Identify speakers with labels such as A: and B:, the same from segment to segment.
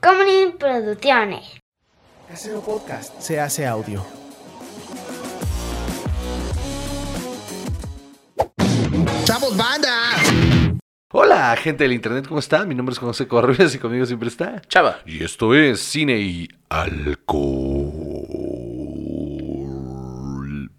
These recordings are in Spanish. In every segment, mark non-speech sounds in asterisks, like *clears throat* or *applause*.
A: Tacomunin Producciones.
B: Casero Podcast se hace audio.
C: ¡Chavos, banda!
D: Hola, gente del internet, ¿cómo están? Mi nombre es José Corrubias y conmigo siempre está.
E: Chava.
D: Y esto es Cine y Alcohol.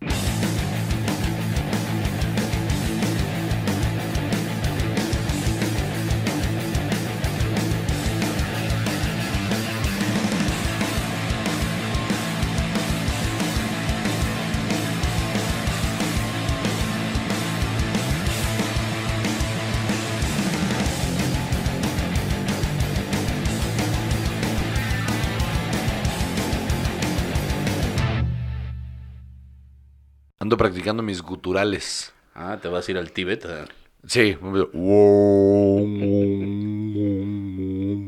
D: Ando practicando mis guturales.
E: Ah, te vas a ir al Tíbet. ah.
D: Sí, voy a empezar,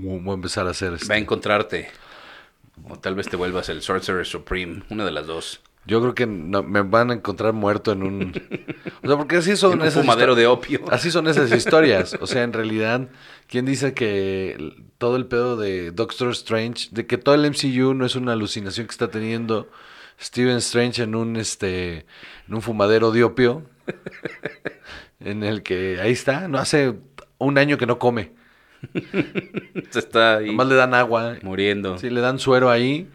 D: voy a empezar a hacer
E: Va a
D: este.
E: encontrarte. O tal vez te vuelvas el Sorcerer Supreme. Una de las dos.
D: Yo creo que no- me van a encontrar muerto en un... O sea, porque así son
E: En un
D: esas
E: fumadero
D: histo-
E: de opio. *laughs*
D: Así son esas historias. O sea, en realidad, ¿quién dice que el- todo el pedo de Doctor Strange, de que todo el MCU no es una alucinación que está teniendo Steven Strange en un este en un fumadero de opio? En el que ahí está, no hace un año que no come.
E: Se está ahí
D: Nomás le dan agua.
E: muriendo.
D: Sí, le dan suero ahí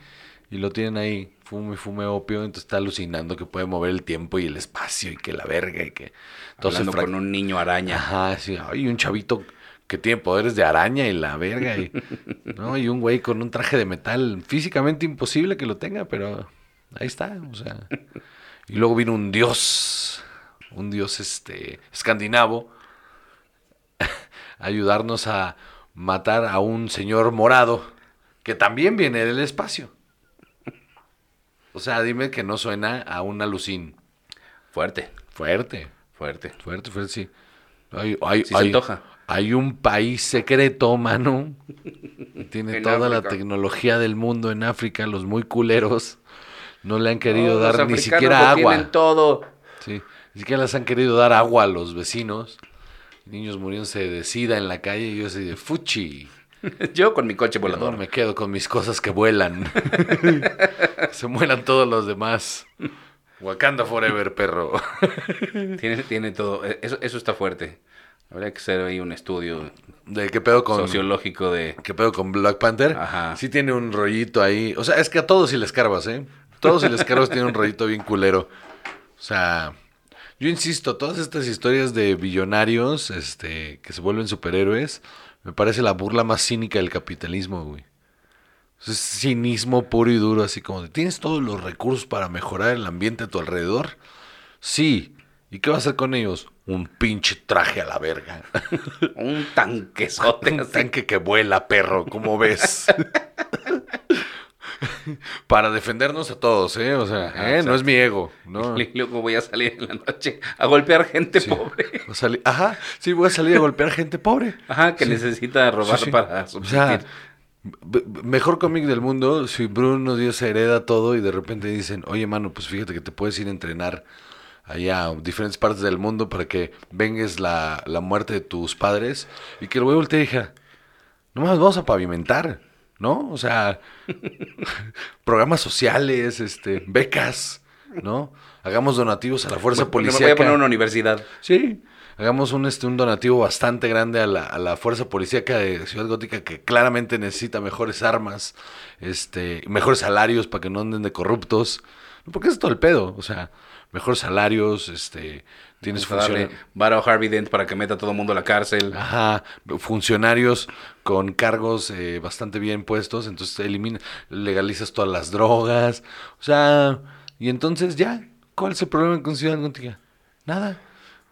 D: y lo tienen ahí. Fume, fume opio, entonces está alucinando que puede mover el tiempo y el espacio y que la verga y que todo se
E: hablando
D: frac-
E: con un niño araña.
D: Ajá, sí. Ay, un chavito que tiene poderes de araña y la verga. Y, ¿no? y un güey con un traje de metal. Físicamente imposible que lo tenga, pero ahí está. O sea. Y luego vino un dios, un dios este escandinavo, a ayudarnos a matar a un señor morado que también viene del espacio. O sea, dime que no suena a un alucín.
E: Fuerte,
D: Fuerte.
E: fuerte.
D: Fuerte, fuerte, sí. Hay, hay-
E: Sí se
D: hay-
E: antoja.
D: hay un país secreto, mano. que Tiene
E: En
D: toda la
E: África.
D: tecnología del mundo en África, los muy culeros. No le han querido
E: Oh, los
D: dar ni
E: africanos
D: siquiera
E: lo
D: agua.
E: Tienen todo.
D: Sí, ni siquiera les han querido dar agua a los vecinos. Niños muriéndose de sida en la calle y yo así de fuchi.
E: *laughs* Yo con mi coche
D: Mejor
E: volador.
D: me quedo con mis cosas que vuelan. *laughs* Se mueran todos los demás. Wakanda Forever, perro.
E: Tiene, tiene todo. Eh, Eso, eso está fuerte. Habría que hacer ahí un estudio
D: ¿De qué pedo con,
E: sociológico de...
D: ¿Qué pedo con Black Panther?
E: Ajá.
D: Sí tiene un rollito ahí. O sea, es que a todos si les carbas, ¿eh? Todos si les carbas tiene un rollito bien culero. O sea, yo insisto, todas estas historias de billonarios este, que se vuelven superhéroes, me parece la burla más cínica del capitalismo, güey. O sea, Es cinismo puro y duro, así como de, ¿tienes todos los recursos para mejorar el ambiente a tu alrededor? Sí. ¿Y qué vas a hacer con ellos? Un pinche traje a la verga. *laughs*
E: Un tanquezote.
D: Un
E: así.
D: tanque que vuela, perro, ¿cómo ves? Para defendernos a todos, ¿eh? O sea,
E: Ajá,
D: ¿eh? no
E: exacto.
D: es mi ego,
E: *laughs*
D: ¿no?
E: Y luego voy a salir en la noche a golpear gente
D: Sí.
E: pobre.
D: Voy a salir- Ajá, sí, voy a salir a golpear gente pobre.
E: Ajá, que
D: Sí.
E: necesita robar
D: Sí, sí.
E: para
D: O
E: subsistir.
D: sea, b- b- mejor cómic del mundo, si Bruno Dios hereda todo y de repente dicen, oye, mano, pues fíjate que te puedes ir a entrenar allá a diferentes partes del mundo para que vengues la, la muerte de tus padres y que el güey te diga, no más vamos a pavimentar, ¿no? O sea, *laughs* programas sociales, este, becas, ¿no? Hagamos donativos a la fuerza
E: Bueno,
D: policial.
E: Me voy a poner una universidad.
D: Sí. Hagamos un, este, un donativo bastante grande a la, a la fuerza policíaca de Ciudad Gótica que claramente necesita mejores armas, este, mejores salarios para que no anden de corruptos. Porque es todo el pedo, o sea, mejores salarios, este, tienes Ah.
E: Vamos a darle
D: funciones.
E: vara a Harvey Dent para que meta a todo mundo a la cárcel.
D: Ajá, funcionarios con cargos eh, bastante bien puestos, entonces elimina, legalizas todas las drogas, o sea, y entonces ya, ¿cuál es el problema con Ciudad Gótica? Nada.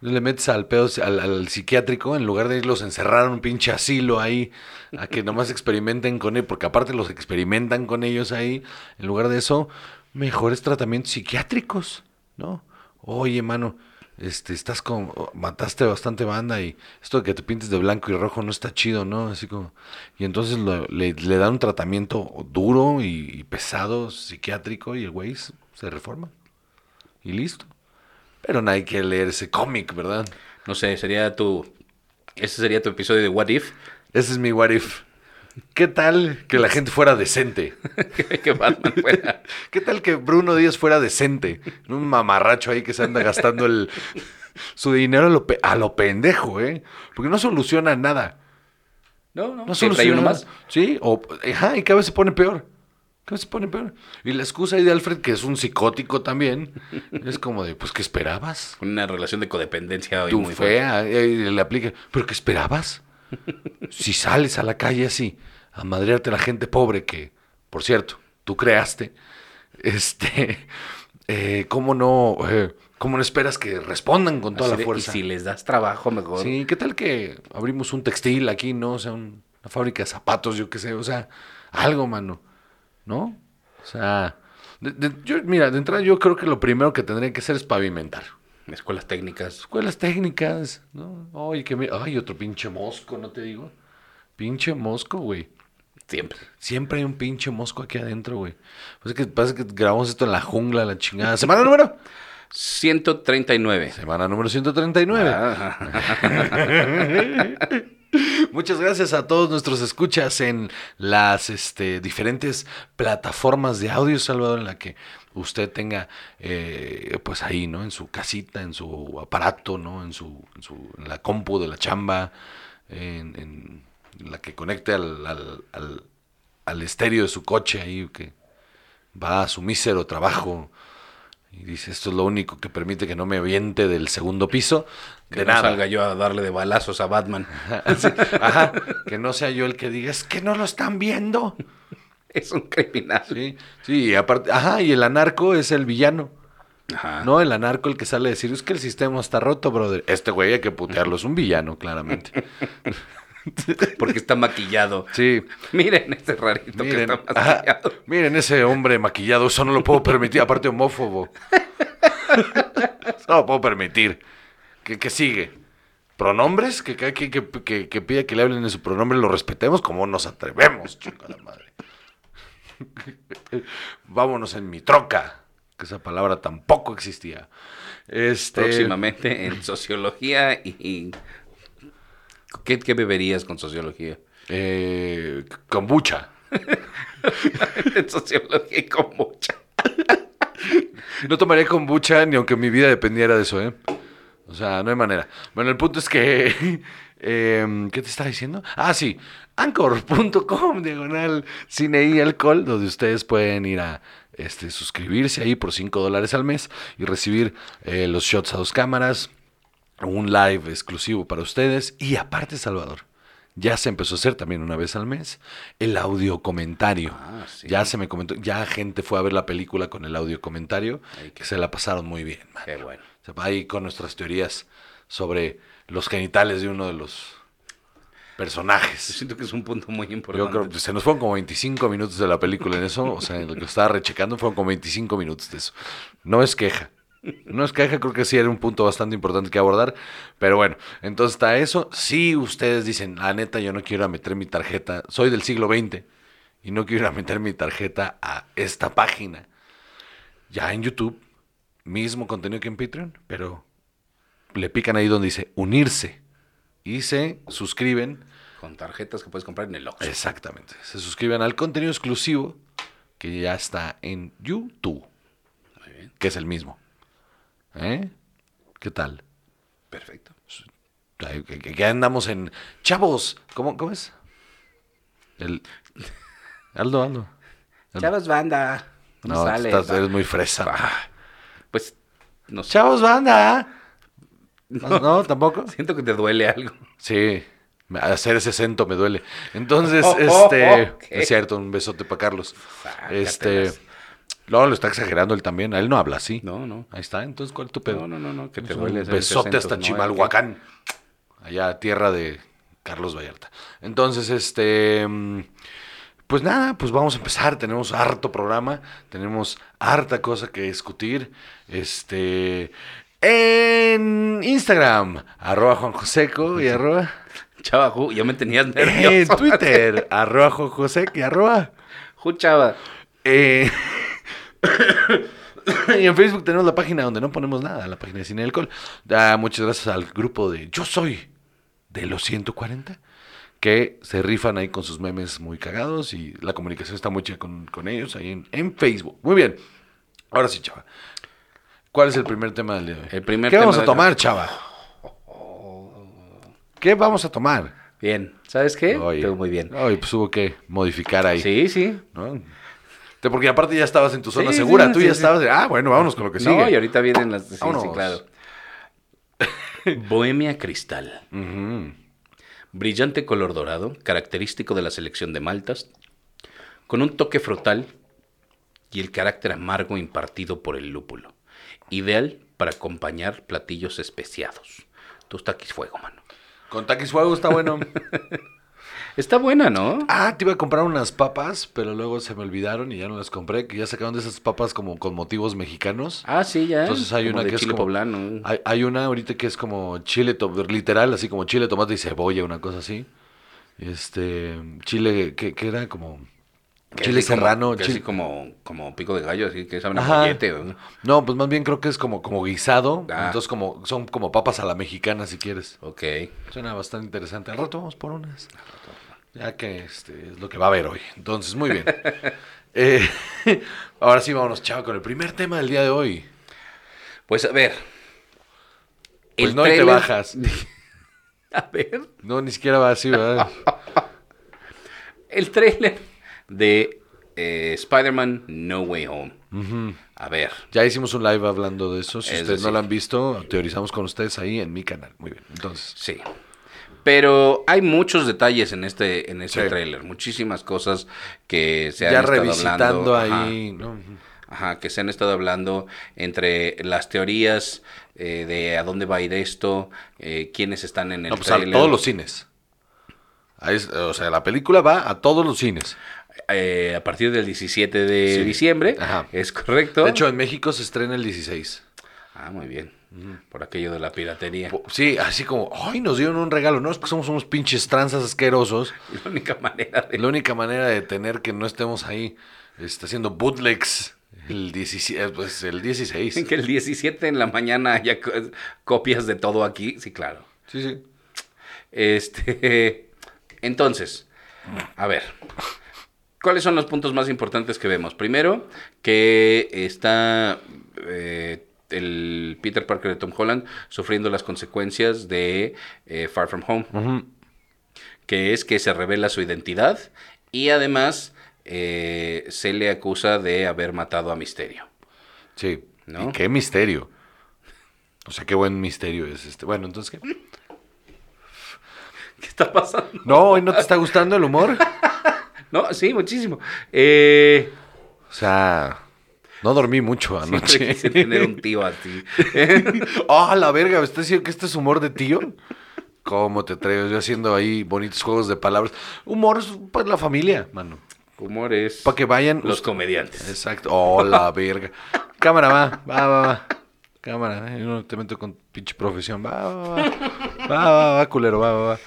D: Le metes al pedo al, al psiquiátrico, en lugar de irlos a encerrar a un pinche asilo ahí, a que nomás experimenten con él, porque aparte los experimentan con ellos ahí, en lugar de eso, mejores tratamientos psiquiátricos, ¿no? Oye, mano, este, estás con, oh, mataste bastante banda y esto de que te pintes de blanco y rojo no está chido, ¿no? Así como, y entonces lo- le, le dan un tratamiento duro y, y pesado, psiquiátrico, y el güey s- se reforma. Y listo. Pero nadie quiere leer ese cómic, ¿verdad?
E: No sé, sería tu. Ese sería tu episodio de What If. *laughs*
D: Ese es mi what if. ¿Qué tal que la gente fuera decente?
E: que Batman fuera.
D: ¿Qué tal que Bruno Díaz fuera decente? Un mamarracho ahí que se anda gastando el, su dinero a lo, pe- a lo pendejo, ¿eh? Porque no soluciona nada.
E: No, no,
D: No
E: siempre hay
D: soluciona
E: uno
D: más.
E: más.
D: Sí, o, ajá, y cada vez se pone peor. Cada vez se pone peor. Y la excusa ahí de Alfred, que es un psicótico también, es como de, pues, ¿qué esperabas?
E: Una relación de codependencia hoy
D: Tú
E: muy fuerte.
D: fea, y le aplica. ¿Pero qué esperabas? si sales a la calle así, a madrearte a la gente pobre que, por cierto, tú creaste, este, *laughs* eh, ¿cómo no, eh, cómo no esperas que respondan con toda
E: Así
D: la
E: de,
D: fuerza?
E: Y si les das trabajo, mejor.
D: Sí, ¿qué tal que abrimos un textil aquí, no? O sea, un- una fábrica de zapatos, yo qué sé, o sea, algo, mano, ¿no? O sea, de- de- yo, mira, de entrada yo creo que lo primero que tendría que hacer es pavimentar
E: Escuelas técnicas.
D: escuelas técnicas, ¿no? Oye, que me... Ay, otro pinche mosco, ¿no te digo? Pinche mosco, güey.
E: Siempre.
D: Siempre hay un pinche mosco aquí adentro, güey. Pues es que pasa que grabamos esto en la jungla, la chingada. Semana número.
E: 139.
D: Semana número 139. Muchas gracias a todos nuestros escuchas en las este, diferentes plataformas de audio, Salvador, en la que usted tenga, eh, pues ahí, ¿no? En su casita, en su aparato, ¿no? En su, en, su- en la compu de la chamba, en, en la que conecte al, al, al- al estéreo de su coche ahí, que va a su mísero trabajo. Y dice, esto es lo único que permite que no me aviente del segundo piso.
E: Que
D: de
E: no
D: nada.
E: salga yo a darle de balazos a Batman. *laughs*
D: *laughs* Sí, ajá, que no sea yo el que diga, es que no lo están viendo.
E: Es un criminal.
D: Sí, sí, y aparte, ajá, y el anarco es el villano.
E: Ajá.
D: No, el anarco el que sale a decir, es que el sistema está roto, brother. Este güey hay que putearlo, es un villano, claramente.
E: Porque está maquillado.
D: Sí.
E: *laughs* Miren este *laughs* rarito
D: Miren,
E: que está
D: ajá, Este,
E: maquillado.
D: miren ese hombre maquillado, eso no lo puedo permitir, aparte homófobo. Eso no lo puedo permitir. ¿Qué, qué sigue? ¿Pronombres? Que cada quien que, que- que pida que le hablen en su pronombre lo respetemos como nos atrevemos, chingada madre. *laughs* Vámonos en mi troca, que esa palabra tampoco existía. Este,
E: Próximamente en sociología y... y- ¿Qué, qué beberías con sociología? *laughs*
D: eh, kombucha.
E: en sociología y con mucha.
D: No tomaría kombucha ni aunque mi vida dependiera de eso, ¿eh? O sea, no hay manera. Bueno, el punto es que... *laughs* em, ¿Qué te estaba diciendo? Ah, sí. Anchor.com, diagonal, cine y alcohol, donde ustedes pueden ir a este, suscribirse ahí por 5 dólares al mes y recibir eh, los shots a dos cámaras, un live exclusivo para ustedes y aparte, Salvador. Ya se empezó a hacer también una vez al mes el audio comentario.
E: Ah, sí.
D: Ya se me comentó, ya gente fue a ver la película con el audio comentario, que se la pasaron muy bien. man.
E: Qué bueno.
D: Se va ahí con nuestras teorías sobre los genitales de uno de los
E: Yo
D: personajes.
E: siento que es un punto muy importante.
D: Yo creo que se nos fueron como 25 minutos de la película en eso, o sea, en lo que estaba rechecando fueron como 25 minutos de eso. No es queja. No es queja, creo que sí era un punto bastante importante que abordar, pero bueno, entonces está eso. Si ustedes dicen, la neta, yo no quiero ir a meter mi tarjeta, soy del siglo XX y no quiero ir a meter mi tarjeta a esta página, ya en YouTube, mismo contenido que en Patreon, pero le pican ahí donde dice unirse y se suscriben.
E: Con tarjetas que puedes comprar en el Oxxo.
D: Exactamente. Se suscriben al contenido exclusivo que ya está en YouTube, que es el mismo. ¿Eh? ¿Qué tal?
E: Perfecto.
D: Ay, Que que- que andamos en... Chavos, ¿cómo, cómo es? El... *laughs* Aldo, Aldo.
E: Chavos Banda. No,
D: Em, No,
E: sale.
D: estás-
E: va.
D: eres muy fresa.
E: Ah, Pues, no sé.
D: Chavos, banda.
E: *laughs*
D: No, no, tampoco.
E: Siento que te duele algo.
D: Sí, me- hacer ese acento me duele. Entonces, este,
E: *laughs* ok.
D: es cierto, un besote para Carlos.
E: Sácatelas.
D: Este, no, lo está exagerando él también, a él no habla así.
E: No, no.
D: Ahí está, entonces, ¿cuál es tu pedo?
E: No, no, no, no, que
D: Es
E: te
D: un
E: duele hacer ese
D: Besote
E: acento,
D: hasta
E: no, el que-
D: Chimalhuacán, allá tierra de Carlos Vallarta. Entonces, este... mm, Pues nada, pues vamos a empezar. Tenemos harto programa, tenemos harta cosa que discutir. Este. En Instagram, arroba Juan Joseco
E: *laughs*
D: y arroba.
E: Chava Ju, ya me
D: *laughs*
E: tenías
D: En
E: nervioso.
D: Twitter, arroba Juan José, que arroba.
E: Ju Chava.
D: Eh, *coughs* y en Facebook tenemos la página donde no ponemos nada, la página de Cine y Alcohol. Ah, muchas gracias al grupo de Yo Soy de los 140, que se rifan ahí con sus memes muy cagados y la comunicación está muy chida con, con ellos ahí en, en Facebook. Muy bien. Ahora sí, chava. ¿Cuál es el primer tema del día de hoy?
E: El primer
D: ¿Qué
E: tema
D: vamos a
E: del-
D: tomar, chava? ¿Qué vamos a tomar?
E: Bien. ¿Sabes qué?
D: Oye,
E: Todo muy bien.
D: Oye, pues hubo que modificar ahí.
E: Sí, sí.
D: ¿no? Te- Porque aparte ya estabas en tu zona
E: Sí,
D: segura.
E: sí,
D: Tú
E: sí,
D: ya
E: sí.
D: estabas de, ah, bueno, vámonos con lo que sigue.
E: No, y ahorita vienen las. Sí, sí,
D: Vámonos.
E: claro. Bohemia Cristal.
D: Ujú.
E: Brillante color dorado, característico de la selección de maltas, con un toque frutal y el carácter amargo impartido por el lúpulo. Ideal para acompañar platillos especiados. Tus taquis fuego, mano.
D: Con taquis fuego está bueno. *laughs*
E: Está buena, ¿no?
D: ah, te iba a comprar unas papas, pero luego se me olvidaron y ya no las compré. Que ya sacaron de esas papas como con motivos mexicanos.
E: Ah, sí, ya.
D: Entonces hay
E: Como
D: una
E: de
D: que es
E: chile
D: como-
E: poblano.
D: Hay, hay una ahorita que es como chile, to- literal, así como chile, tomate y cebolla, una cosa así. Este, chile, que, que era como
E: Que
D: chile
E: así como-
D: serrano.
E: que
D: chile-
E: así como, como pico de gallo, así que saben a
D: Ajá.
E: mollete, ¿no?
D: No, pues más bien creo que es como, como guisado.
E: Ah.
D: Entonces como, son como papas a la mexicana, si quieres.
E: Ok.
D: Suena bastante interesante. Al rato vamos por unas. Ya que este es lo que va a haber hoy. Entonces, muy
E: *laughs*
D: bien. Eh, *laughs* ahora sí, vámonos, chao, con el primer tema del día de hoy.
E: Pues a ver.
D: Pues
E: El
D: no, y te
E: tráiler-
D: bajas.
E: *laughs* A ver.
D: No, ni siquiera va así, ¿verdad?
E: El tráiler de eh, Spider-Man No Way Home. A ver.
D: Ya hicimos un live hablando de eso. Si
E: Es
D: ustedes no
E: decir-
D: lo han visto, teorizamos con ustedes ahí en mi canal. Muy bien. Entonces,
E: Sí. Pero hay muchos detalles en este, en este
D: Sí.
E: tráiler. Muchísimas cosas que se han
D: ya
E: estado
D: revisitando
E: hablando. Ajá.
D: ahí. ¿no?
E: Ajá, que se han estado hablando entre las teorías eh, de a dónde va a ir esto, eh, quiénes están en el
D: No, pues a
E: tráiler.
D: todos los cines. Ahí es- o sea, la película va a todos los cines.
E: Eh, a partir del 17 de
D: Sí.
E: diciembre,
D: Ajá.
E: es correcto.
D: De hecho, en México se estrena el 16.
E: ah, muy bien. Por aquello de la piratería.
D: Po- Sí, así como, ay, nos dieron un regalo. No, es que somos unos pinches tranzas asquerosos.
E: La única manera de
D: La única manera de tener que no estemos ahí está haciendo bootlegs el 17, pues el 16.
E: que el 17 en la mañana haya co- copias de todo aquí. Sí, claro.
D: Sí, sí.
E: Este, *laughs* entonces, a ver, ¿cuáles son los puntos más importantes que vemos? Primero, que está eh, el Peter Parker de Tom Holland sufriendo las consecuencias de eh, Far From Home, que es que se revela su identidad y además eh, se le acusa de haber matado
D: *laughs*
E: a Misterio.
D: Sí.
E: ¿No?
D: Y qué misterio. O sea, qué buen misterio es este. Bueno, entonces, ¿qué?
E: ¿Qué está pasando?
D: No, hoy no te está gustando el humor.
E: *laughs* No, sí, muchísimo. Eh,
D: O sea, no dormí mucho
E: siempre
D: anoche.
E: quise tener un tío así.
D: *laughs* ¡Ah, la verga! ¿Me estás diciendo que este es humor de tío? ¿Cómo te atreves? Yo haciendo ahí bonitos juegos de palabras. Humor es para la familia, mano.
E: Humor es...
D: Para que vayan.
E: Los comediantes.
D: Exacto. ¡Oh, la verga! Cámara, va, va, va, va. Cámara, eh, yo no te meto con pinche profesión. Va, va, va. Va, va, va, culero, va, va, va.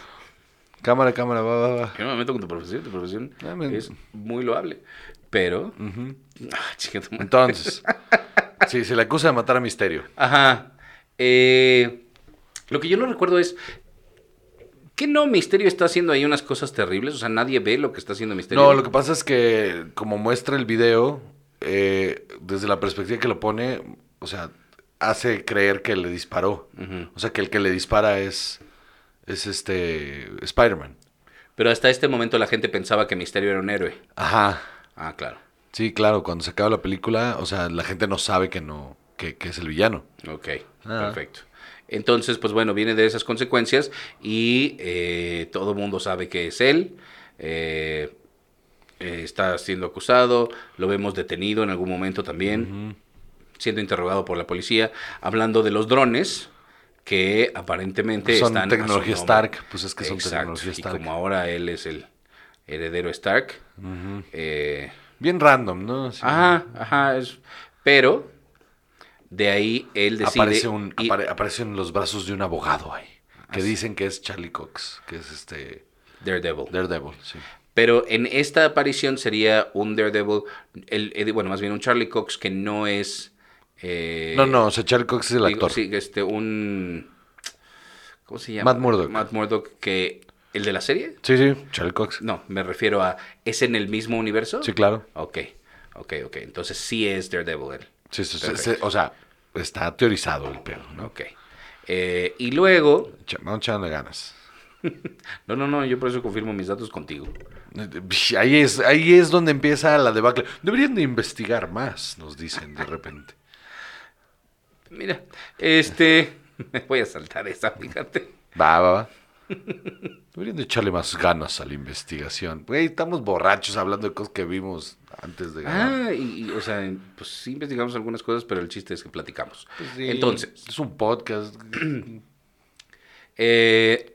D: Cámara, cámara, va, va, va.
E: Yo no me meto con tu profesión, tu profesión
D: Ah, men.
E: es muy loable. Pero. Ah, chinga tu madre.
D: Entonces, sí, se le acusa de matar a Misterio.
E: Ajá. Eh, lo que yo no recuerdo es. ¿Qué no Misterio está haciendo ahí unas cosas terribles? O sea, nadie ve lo que está haciendo Misterio.
D: No, lo que pasa es que como muestra el video, eh, desde la perspectiva que lo pone, o sea, hace creer que le disparó.
E: Ujú.
D: O sea, que el que le dispara es, es este Spider-Man.
E: Pero hasta este momento la gente pensaba que Misterio era un héroe.
D: Ajá.
E: Ah, claro.
D: Sí, claro, cuando se acaba la película, o sea, la gente no sabe que no, que, que es el villano.
E: Ok,
D: Ah.
E: perfecto. Entonces, pues bueno, viene de esas consecuencias y eh, todo el mundo sabe que es él. eh, eh, está siendo acusado, lo vemos detenido en algún momento también, siendo interrogado por la policía, hablando de los drones que aparentemente
D: Son
E: están a su
D: tecnología
E: nombre.
D: Stark, pues es que son
E: Exacto,
D: tecnología
E: y
D: Stark.
E: como ahora él es el heredero Stark, eh,
D: Bien random, ¿no? Así,
E: ajá, ajá, es- pero de ahí él decide
D: aparece un,
E: y- Ah,
D: apare- aparecen los brazos de un abogado ahí, que dicen que es Charlie Cox, que es este
E: Daredevil.
D: Daredevil, sí.
E: Pero en esta aparición sería un Daredevil, el, el- bueno, más bien un Charlie Cox que no es... eh,
D: no, no, o sea, Charlie Cox es el
E: digo,
D: actor.
E: sí, este, un... ¿Cómo se llama?
D: Matt Murdock.
E: Matt Murdock que ¿El de la serie?
D: Sí, sí, Charlie Cox.
E: No, me refiero a. ¿Es en el mismo universo?
D: Sí, claro.
E: Ok, ok, ok. Entonces sí es Daredevil él.
D: Sí, sí, sí,
E: Perfecto.
D: sí, o sea, está teorizado el pedo, ¿no?
E: Ok. Eh, y luego.
D: Ch- Vamos echándole ganas.
E: No, no, no, yo por eso confirmo mis datos contigo.
D: *laughs* Ahí es, ahí es donde empieza la debacle. Deberían de investigar más, nos dicen de repente.
E: Mira, este. *laughs* Me voy a saltar esa, fíjate.
D: Va, va, va. Deberían de echarle más ganas a la investigación. Güey, estamos borrachos hablando de cosas que vimos antes de ganar.
E: Ah, y, y, o sea, pues sí investigamos algunas cosas, pero el chiste es que platicamos.
D: Sí,
E: Entonces,
D: Es un podcast.
E: eh,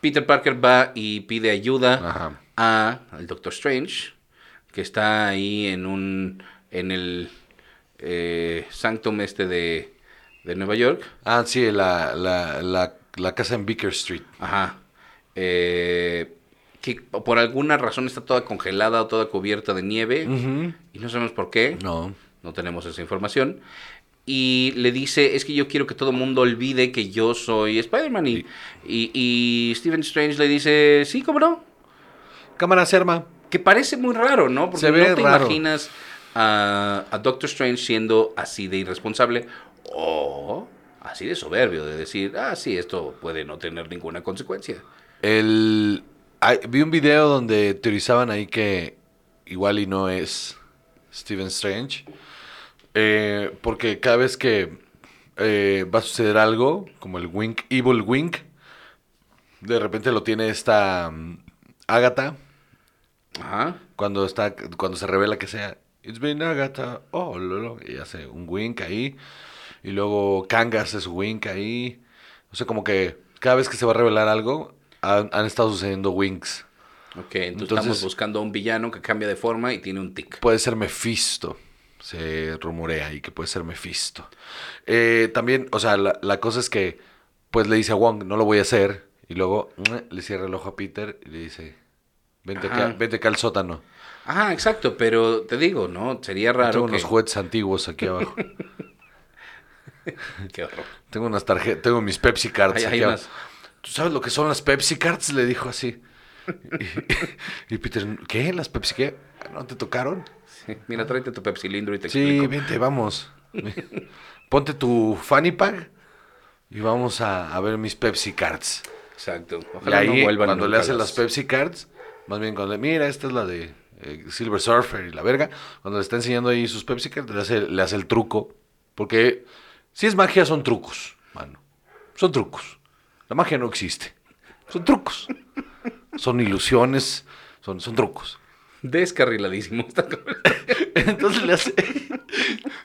E: Peter Parker va y pide ayuda
D: Ajá.
E: a al Doctor Strange, que está ahí en un en el eh, sanctum este de, de Nueva York.
D: Ah, sí, la, la, la, la casa en Baker Street.
E: Ajá. Eh, que por alguna razón está toda congelada o toda cubierta de nieve. Y no sabemos por qué.
D: No.
E: No tenemos esa información. Y le dice, es que yo quiero que todo el mundo olvide que yo soy Spider-Man. Y, y, y Stephen Strange le dice, sí, cómo no.
D: Cámara se arma.
E: Que parece muy raro, ¿no? Porque
D: Se ve
E: no te
D: raro.
E: imaginas a, a Doctor Strange siendo así de irresponsable o así de soberbio, de decir, ah, sí, esto puede no tener ninguna consecuencia.
D: El, hay- vi un video donde teorizaban ahí que igual y no es Steven Strange. eh, porque cada vez que eh, va a suceder algo, como el Wink, Evil Wink, de repente lo tiene esta mm, Agatha,
E: Ajá.
D: cuando, está, cuando se revela que sea It's been Agatha, oh, lolo", y hace un wink ahí, y luego Kanga hace su wink ahí. O sea, como que cada vez que se va a revelar algo, han, han estado sucediendo winks.
E: Ok, entonces,
D: Entonces-
E: estamos buscando a un villano que cambia de forma y tiene un tic.
D: Puede ser Mephisto. Se rumorea ahí que puede ser Mephisto. Eh, también, o sea, la, la cosa es que, pues le dice a Wong, no lo voy a hacer. Y luego ¡mua! le cierra el ojo a Peter y le dice, vente, acá,
E: Ajá.
D: vente acá al sótano.
E: Ajá, exacto, pero te digo, ¿no? Sería raro
D: Tengo
E: que...
D: unos juguetes antiguos aquí abajo. *laughs*
E: Qué horror.
D: Tengo unas tarjetas, tengo mis Pepsi Cards.
E: Hay-
D: aquí
E: hay
D: abajo.
E: unas.
D: ¿Tú sabes lo que son las Pepsi Cards? Le dijo así. Y, y Peter, ¿qué? ¿Las Pepsi qué? ¿No te tocaron?
E: Sí, Mira, tráete tu pepsilindro y te
D: Sí,
E: explico.
D: vente, vamos. Ponte tu fanny pack y vamos a, a ver mis Pepsi Cards.
E: Exacto.
D: Y
E: Ojalá
D: ahí,
E: no vuelvan
D: cuando le
E: nunca
D: hacen las Pepsi Cards, más bien cuando le, mira, esta es la de eh, Silver Surfer y la verga, cuando le está enseñando ahí sus Pepsi Cards, le hace, le hace el truco. Porque si es magia, son trucos, mano. Son trucos. La magia no existe. Son trucos. Son ilusiones, son, son trucos. *laughs*
E: *laughs* Descarriladísimo. esta conversación.
D: Entonces le hace.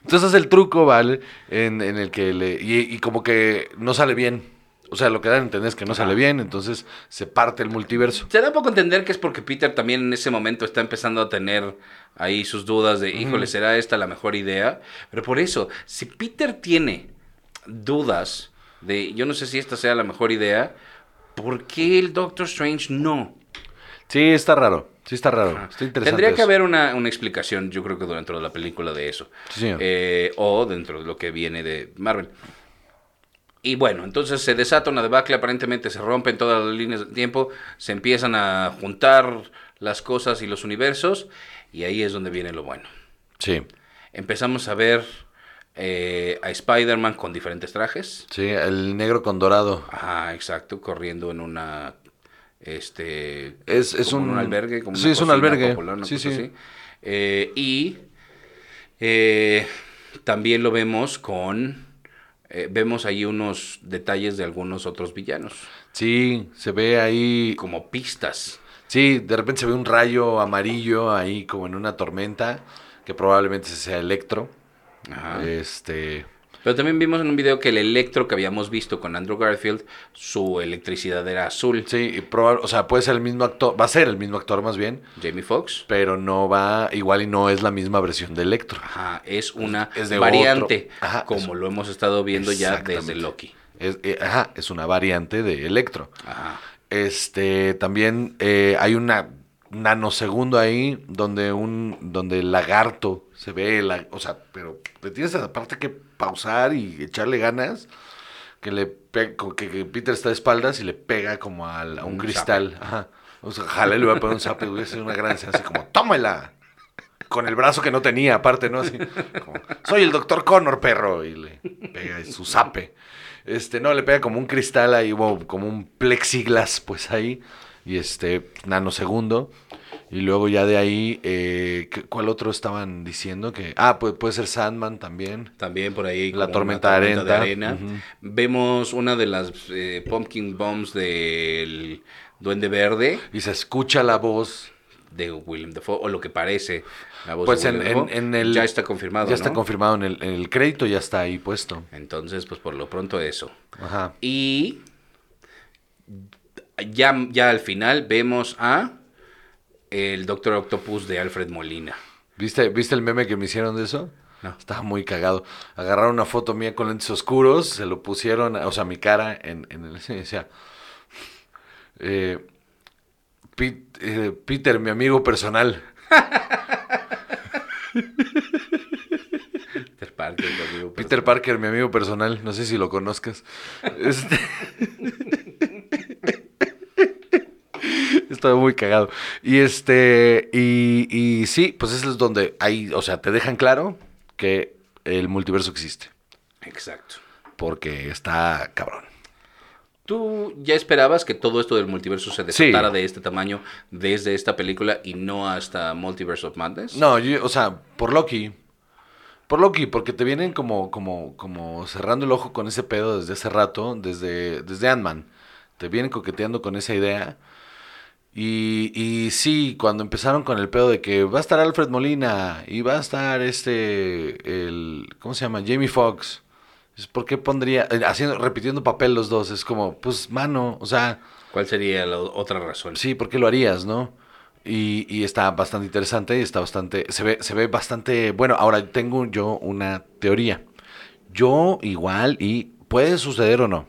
D: Entonces hace el truco, ¿vale? En, en el que le. Y, y como que no sale bien. O sea, lo que dan a entender es que no sale bien, entonces se parte el multiverso.
E: Se da poco a entender que es porque Peter también en ese momento está empezando a tener ahí sus dudas de, híjole, ¿será esta la mejor idea? Pero por eso, si Peter tiene dudas de, yo no sé si esta sea la mejor idea, ¿por qué el Doctor Strange no?
D: Sí, está raro. Sí, está raro.
E: Ajá.
D: Está interesante.
E: Ah, Tendría que
D: eso.
E: haber una, una explicación, yo creo que dentro de la película de eso.
D: Sí, señor.
E: Eh, o dentro de lo que viene de Marvel. Y bueno, entonces se desata una debacle, aparentemente se rompen todas las líneas del tiempo, se empiezan a juntar las cosas y los universos, y ahí es donde viene lo bueno.
D: Sí.
E: Empezamos a ver eh, a Spider-Man con diferentes trajes.
D: Sí, el negro con dorado.
E: Ajá, exacto, corriendo en una... Este,
D: Es, es
E: como
D: un...
E: en albergue. Como
D: sí,
E: una
D: es un
E: cocina
D: albergue.
E: popular, una
D: sí,
E: cosa
D: sí.
E: así. Eh, y eh, también lo vemos con... eh, vemos ahí unos detalles de algunos otros villanos,
D: Sí, se ve ahí.
E: como pistas.
D: Sí, de repente se ve un rayo amarillo ahí como en una tormenta, que probablemente sea electro.
E: Ajá.
D: Este.
E: Pero también vimos en un video que el electro que habíamos visto con Andrew Garfield, su electricidad era azul.
D: Sí, y proba- o sea, puede ser el mismo actor, va a ser el mismo actor más bien,
E: Jamie Foxx.
D: pero no va, igual y no es la misma versión de Electro.
E: Ajá, es una
D: Es de
E: variante,
D: otro. Ajá,
E: como
D: es-
E: lo hemos estado viendo ya desde
D: Exactamente.
E: Loki.
D: Es, eh, ajá, es una variante de Electro.
E: Ajá.
D: Este, también eh, hay una nanosegundo ahí donde un, donde el lagarto se ve, la- o sea, pero le tienes aparte que pausar y echarle ganas, que le pe- co- que, que Peter está de espaldas y le pega como al- a un,
E: Un
D: cristal. Ajá. O sea, ojalá le voy a poner un zape, voy a hacer una gran escena así como, ¡tómala! Con el brazo que no tenía, aparte, ¿no? Así, como, soy el doctor Connor, perro. Y le pega su zape. Este, no, le pega como un cristal ahí, wow, como un plexiglas, pues ahí. Y este, nanosegundo. Y luego ya de ahí, eh, ¿qué- ¿cuál otro estaban diciendo? que Ah, pues puede ser Sandman también.
E: También por ahí.
D: La
E: como
D: tormenta
E: una
D: arenta. Ujú.
E: Vemos una de las eh, pumpkin bombs del Duende Verde
D: Y se escucha la voz
E: de William Dafoe, o lo que parece la voz
D: Pues
E: de
D: en,
E: Willem
D: en-
E: Dafoe.
D: en el...
E: Ya está confirmado,
D: Ya está
E: ¿no?
D: confirmado en el, en el crédito, ya está ahí puesto.
E: Entonces, pues por lo pronto eso.
D: Ajá.
E: Y ya, ya al final vemos a el Doctor Octopus de Alfred Molina.
D: ¿Viste, ¿Viste el meme que me hicieron de eso?
E: No.
D: Estaba muy cagado. Agarraron una foto mía con lentes oscuros, se lo pusieron, o sea, mi cara en, en el... *laughs* Y decía... eh, Pit- eh, Peter, mi amigo personal.
E: Peter Parker. lo digo,
D: Peter
E: pero-
D: Parker, mi amigo personal, no sé si lo conozcas. *laughs* Este... Estaba muy cagado. Y este, y, y sí, pues eso es donde hay, o sea, te dejan claro que el multiverso existe.
E: Exacto.
D: Porque está cabrón.
E: ¿Tú ya esperabas que todo esto del multiverso se
D: Sí.
E: desatara de este tamaño desde esta película y no hasta Multiverse of Madness?
D: No, yo, o sea, por Loki. Por Loki, porque te vienen como, como, como cerrando el ojo con ese pedo desde hace rato, desde, desde Ant-Man. Te vienen coqueteando con esa idea. Y, y sí, cuando empezaron con el pedo de que va a estar Alfred Molina y va a estar este, el, ¿cómo se llama? Jamie Foxx. Es, ¿Por qué pondría, eh, haciendo, repitiendo papel los dos? Es como, pues, mano, o sea,
E: ¿Cuál sería la o- otra razón?
D: Sí, ¿por qué lo harías, no? Y, y está bastante interesante y está bastante. Se ve, se ve bastante. Bueno, ahora tengo yo una teoría. Yo igual, y puede suceder o no.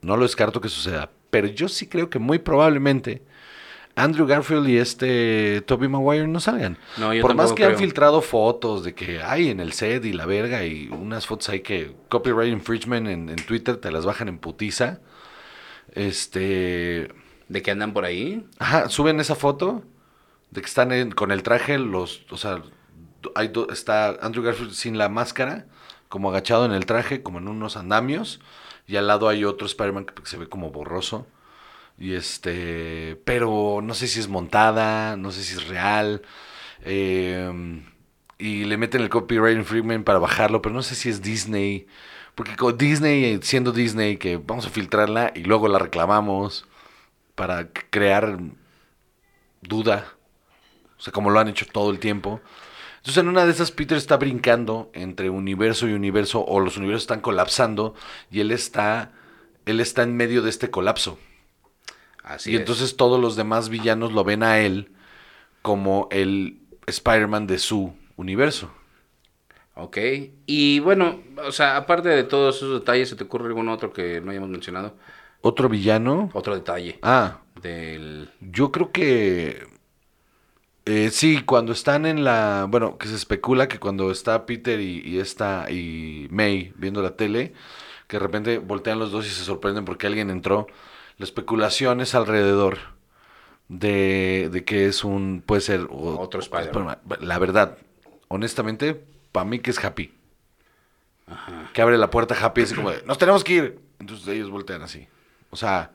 D: No lo descarto que suceda. Pero yo sí creo que muy probablemente Andrew Garfield y este Toby Maguire no salgan.
E: No, yo
D: Por más
E: tampoco
D: que han
E: creo.
D: filtrado fotos de que hay en el set y la verga y unas fotos ahí que copyright infringement en, en Twitter te las bajan en putiza. Este.
E: ¿De que andan por ahí?
D: Ajá, suben esa foto de que están en- con el traje, los, o sea, do- hay do- está Andrew Garfield sin la máscara, como agachado en el traje, como en unos andamios, y al lado hay otro Spider-Man que se ve como borroso. Y este, pero no sé si es montada, no sé si es real. eh, y le meten el copyright infringement para bajarlo, pero no sé si es Disney. Porque con Disney, eh, siendo Disney, que vamos a filtrarla y luego la reclamamos para c- crear duda. O sea, como lo han hecho todo el tiempo. Entonces, en una de esas, Peter está brincando entre universo y universo, o los universos están colapsando, y él está, él está en medio de este colapso.
E: Así
D: y
E: es.
D: entonces todos los demás villanos lo ven a él como el Spider-Man de su universo.
E: Ok. Y bueno, o sea, aparte de todos esos detalles, ¿se te ocurre algún otro que no hayamos mencionado?
D: Otro villano.
E: Otro detalle
D: Ah,
E: del...
D: Yo creo que eh, sí, cuando están en la, bueno, que se especula que cuando está Peter y, y esta y May viendo la tele, que de repente voltean los dos y se sorprenden porque alguien entró. La especulación es alrededor de, de que es un, puede ser o-
E: Otro
D: o-
E: Spider-Man.
D: La verdad, honestamente, para mí que es Happy. Que abre la puerta Happy así como de, nos tenemos que ir. Entonces ellos voltean así. O sea,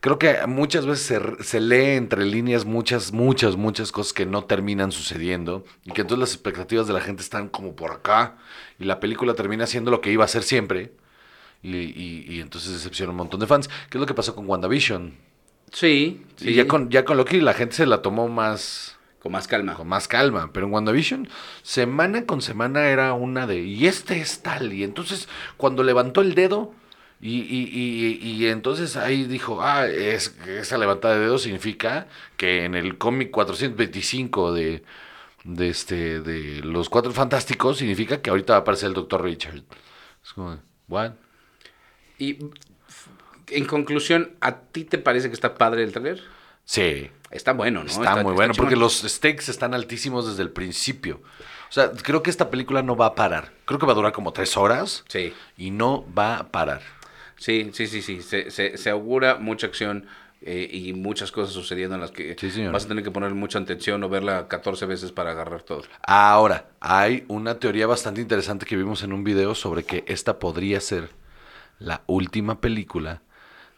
D: creo que muchas veces se, r- se lee entre líneas muchas, muchas, muchas cosas que no terminan sucediendo y que entonces las expectativas de la gente están como por acá y la película termina siendo lo que iba a ser siempre y, y- y entonces decepciona a un montón de fans. ¿Qué es lo que pasó con WandaVision?
E: Sí, sí.
D: Y ya con, ya con Loki la gente se la tomó más
E: con más calma.
D: con más calma. Pero en WandaVision, semana con semana era una de, y este es tal. Y entonces, cuando levantó el dedo, y, y- y- y- y entonces ahí dijo, ah, es, esa levantada de dedo significa que en el cómic 425 de, de, este, de Los Cuatro Fantásticos, significa que ahorita va a aparecer el Dr. Richard. Es como, ¿what?
E: Y f- en conclusión, ¿a ti te parece que está padre el trailer?
D: Sí.
E: Está bueno, ¿no?
D: Está, muy bueno, porque
E: chingón.
D: los stakes están altísimos desde el principio. O sea, creo que esta película no va a parar. Creo que va a durar como tres horas.
E: Sí.
D: y no va a parar.
E: Sí, sí, sí, sí. Se, se- se augura mucha acción eh, y muchas cosas sucediendo en las que
D: Sí, señor.
E: vas a tener que poner mucha atención o verla 14 veces para agarrar todo.
D: Ahora, hay una teoría bastante interesante que vimos en un video sobre que esta podría ser la última película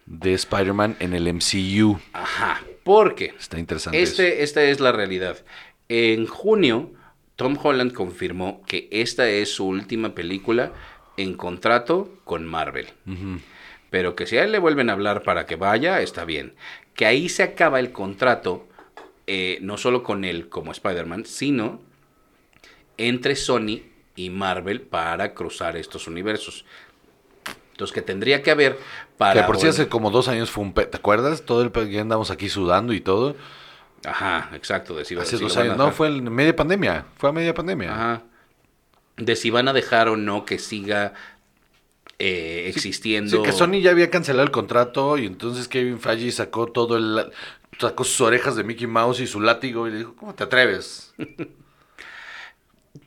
D: de Spider-Man en el MCU.
E: Ajá. Porque
D: Está interesante. eso.
E: este, esta es la realidad. En junio, Tom Holland confirmó que esta es su última película en contrato con Marvel. Pero que si a él le vuelven a hablar para que vaya, está bien. Que ahí se acaba el contrato, eh, no solo con él como Spider-Man, sino entre Sony y Marvel para cruzar estos universos. Entonces, que tendría que haber para...
D: que por si
E: vol-
D: hace como dos años fue un... pe- ¿Te acuerdas? Todo el pe- que andamos aquí sudando y todo.
E: Ajá, exacto. de si-
D: Hace
E: si
D: dos
E: lo van a
D: años. No,
E: dejar.
D: fue en media pandemia. Fue a media pandemia.
E: Ajá. De si van a dejar o no que siga eh, existiendo.
D: Sí, que Sony ya había cancelado el contrato y entonces Kevin Feige sacó todo el... Sacó sus orejas de Mickey Mouse y su látigo y le dijo, ¿cómo te atreves?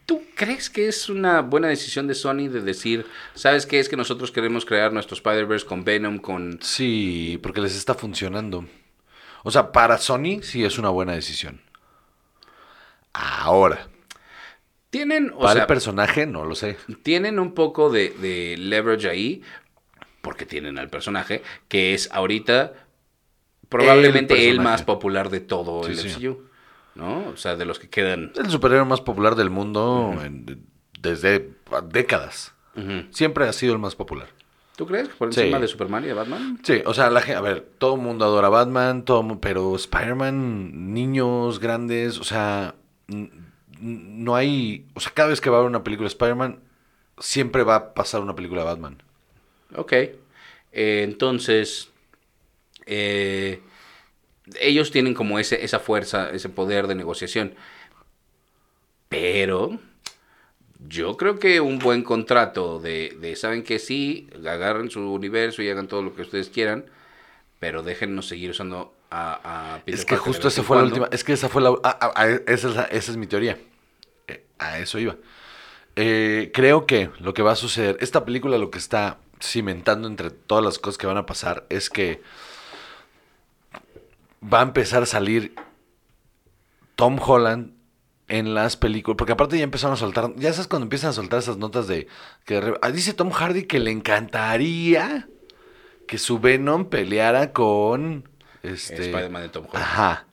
E: ¿Tú crees que es una buena decisión de Sony de decir, ¿sabes qué? Es que nosotros queremos crear nuestro Spider-Verse con Venom, con.
D: Sí, porque les está funcionando. O sea, para Sony sí es una buena decisión. Ahora,
E: Tienen, o
D: para el
E: sea,
D: personaje no lo sé.
E: tienen un poco de, de leverage ahí, porque tienen al personaje, que es ahorita probablemente el,
D: personaje.
E: más popular de todo
D: Sí,
E: el
D: sí.
E: MCU. ¿No? O sea, de los que quedan.
D: Es el superhéroe más popular del mundo en- desde décadas.
E: Ujú.
D: Siempre ha sido el más popular.
E: ¿Tú crees? que ¿Por
D: Sí.
E: encima de Superman y de Batman?
D: Sí, o sea, la gente, a ver, todo el mundo adora a Batman, todo mu- pero Spider-Man, niños, grandes, o sea, n- n- no hay, o sea, cada vez que va a haber una película de Spider-Man, siempre va a pasar una película de Batman.
E: Ok. Eh, entonces, eh, ellos tienen como ese, esa fuerza, ese poder de negociación. Pero yo creo que un buen contrato de, de, saben que sí, agarren su universo y hagan todo lo que ustedes quieran, pero déjennos seguir usando a, a Peter
D: es que
E: Parker de
D: justo
E: vez
D: esa
E: en
D: fue la
E: cuando".
D: última, es que esa fue la, ah, ah, ah, esa, es la- esa es mi teoría, Eh, a eso iba. Eh, creo que lo que va a suceder, esta película lo que está cimentando entre todas las cosas que van a pasar es que va a empezar a salir Tom Holland en las películas, porque aparte ya empezaron a soltar, ya sabes cuando empiezan a soltar esas notas de que de re- ah, dice Tom Hardy que le encantaría que su Venom peleara con este
E: Spider-Man de Tom Holland.
D: Ajá.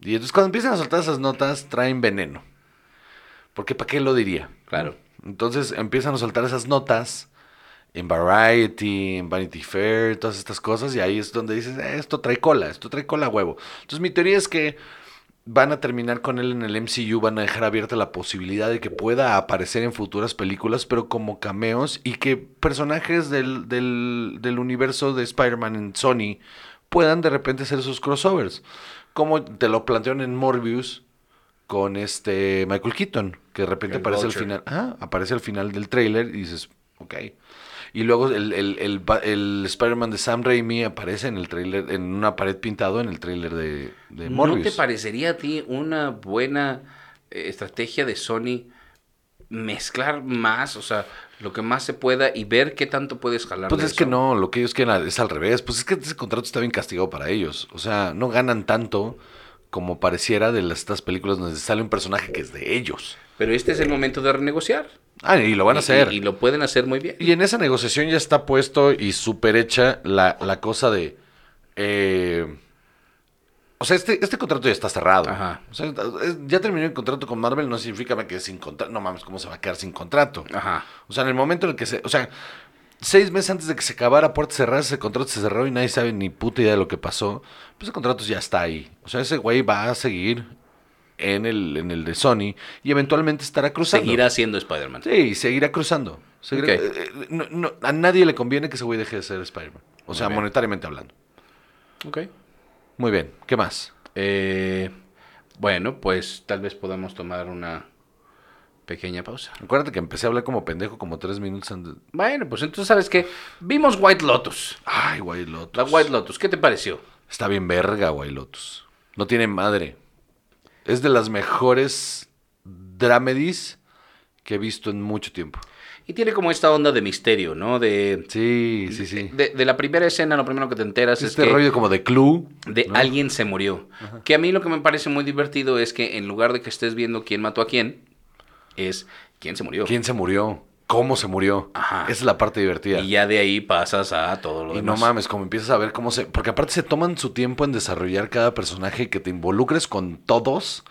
D: Y entonces cuando empiezan a soltar esas notas traen veneno. Porque ¿para qué lo diría?
E: Claro.
D: Entonces empiezan a soltar esas notas en Variety, en Vanity Fair, todas estas cosas, y ahí es donde dices, "Eh, esto trae cola, esto trae cola a huevo. Entonces mi teoría es que van a terminar con él en el MCU, van a dejar abierta la posibilidad de que pueda aparecer en futuras películas, pero como cameos, y que personajes del, del, del universo de Spider-Man en Sony puedan de repente hacer sus crossovers. Como te lo plantearon en Morbius, con este Michael Keaton, que de repente
E: El
D: aparece al
E: Vulture.
D: final, ajá, aparece al final del tráiler y dices, ok. Y luego el, el, el, ba- el Spider-Man de Sam Raimi aparece en el tráiler, en una pared pintado en el tráiler de, de
E: ¿No
D: Morbius.
E: te parecería a ti una buena eh, estrategia de Sony mezclar más, o sea, lo que más se pueda y ver qué tanto puedes jalar?
D: Pues
E: de
D: es que
E: eso?
D: no, lo que ellos quieren es al revés. Pues es que ese contrato está bien castigado para ellos. O sea, no ganan tanto como pareciera de las, estas películas donde sale un personaje que es de ellos.
E: Pero este es el momento de renegociar.
D: Ah, y lo van a
E: Y-
D: hacer.
E: Y, y lo pueden hacer muy bien.
D: Y en esa negociación ya está puesto y súper hecha la, la cosa de... eh, o sea, este, este contrato ya está cerrado.
E: Ajá.
D: O sea, es- ya terminó el contrato con Marvel, no significa que quede sin contrato. No mames, ¿cómo se va a quedar sin contrato?
E: Ajá.
D: O sea, en el momento en el que se... O sea, seis meses antes de que se acabara puerta cerrada, ese contrato se cerró y nadie sabe ni puta idea de lo que pasó. Pues el contrato ya está ahí. O sea, ese güey va a seguir en el, en el de Sony y eventualmente estará cruzando.
E: Seguirá siendo Spider-Man.
D: Sí, seguirá cruzando. Seguirá-
E: Ok.
D: eh, eh, no- no, a nadie le conviene que ese güey deje de ser Spider-Man. O sea,
E: bien.
D: monetariamente hablando.
E: Ok.
D: Muy bien, ¿qué más?
E: Eh, bueno, pues tal vez podamos tomar una pequeña pausa.
D: Acuérdate que empecé a hablar como pendejo como tres minutos antes.
E: Bueno, pues entonces, ¿sabes qué? Vimos White Lotus.
D: Ay, White Lotus.
E: La White Lotus, ¿qué te pareció?
D: Está bien verga, White Lotus. No tiene madre. Es de las mejores dramedies que he visto en mucho tiempo.
E: Y tiene como esta onda de misterio, ¿no? De,
D: Sí, sí, sí.
E: de, de la primera escena, lo primero que te enteras Eh, es
D: este
E: que
D: rollo como de clue.
E: de
D: ¿no?
E: alguien se murió. Que a mí lo que me parece muy divertido es que en lugar de que estés viendo quién mató a quién, es quién se murió.
D: ¿Quién se murió? ¿Cómo se murió?
E: Ajá.
D: Esa es la parte divertida.
E: Y ya de ahí pasas a todo lo
D: Y no
E: demás.
D: mames, como empiezas a ver cómo se... Porque aparte se toman su tiempo en desarrollar cada personaje y que te involucres con todos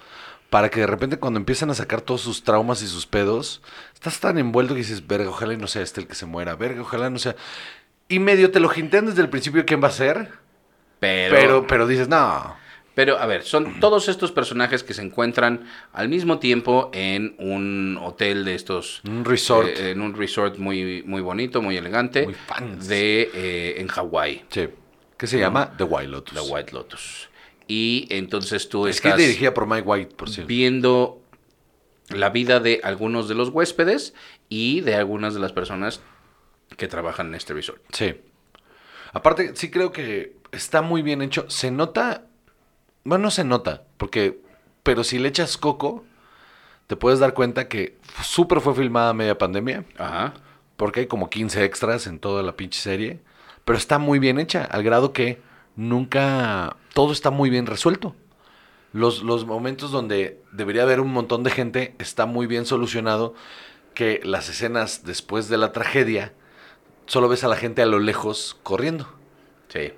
D: para que de repente cuando empiezan a sacar todos sus traumas y sus pedos, estás tan envuelto que dices, verga, ojalá y no sea este el que se muera, verga, ojalá no sea... Y medio te lo jintean desde el principio quién va a ser,
E: Pero,
D: pero,
E: pero,
D: pero dices, no,
E: a ver, son todos estos personajes que se encuentran al mismo tiempo en un hotel de estos.
D: un resort.
E: eh, en un resort muy, muy bonito, muy elegante.
D: Muy fancy.
E: de, eh, en Hawái,
D: Sí, que se llama The Wild Lotus.
E: la White Lotus. Y entonces tú
D: Es que
E: estás.
D: es dirigida por Mike White, por cierto.
E: viendo la vida de algunos de los huéspedes y de algunas de las personas que trabajan en este resort.
D: Sí. Aparte, sí creo que está muy bien hecho. Se nota. Bueno, no se nota, porque. Pero si le echas coco, te puedes dar cuenta que súper fue filmada media pandemia,
E: Ajá.
D: porque hay como 15 extras en toda la pinche serie. Pero está muy bien hecha, al grado que nunca. Todo está muy bien resuelto. Los, los momentos donde debería haber un montón de gente está muy bien solucionado. Que las escenas después de la tragedia solo ves a la gente a lo lejos corriendo.
E: Sí.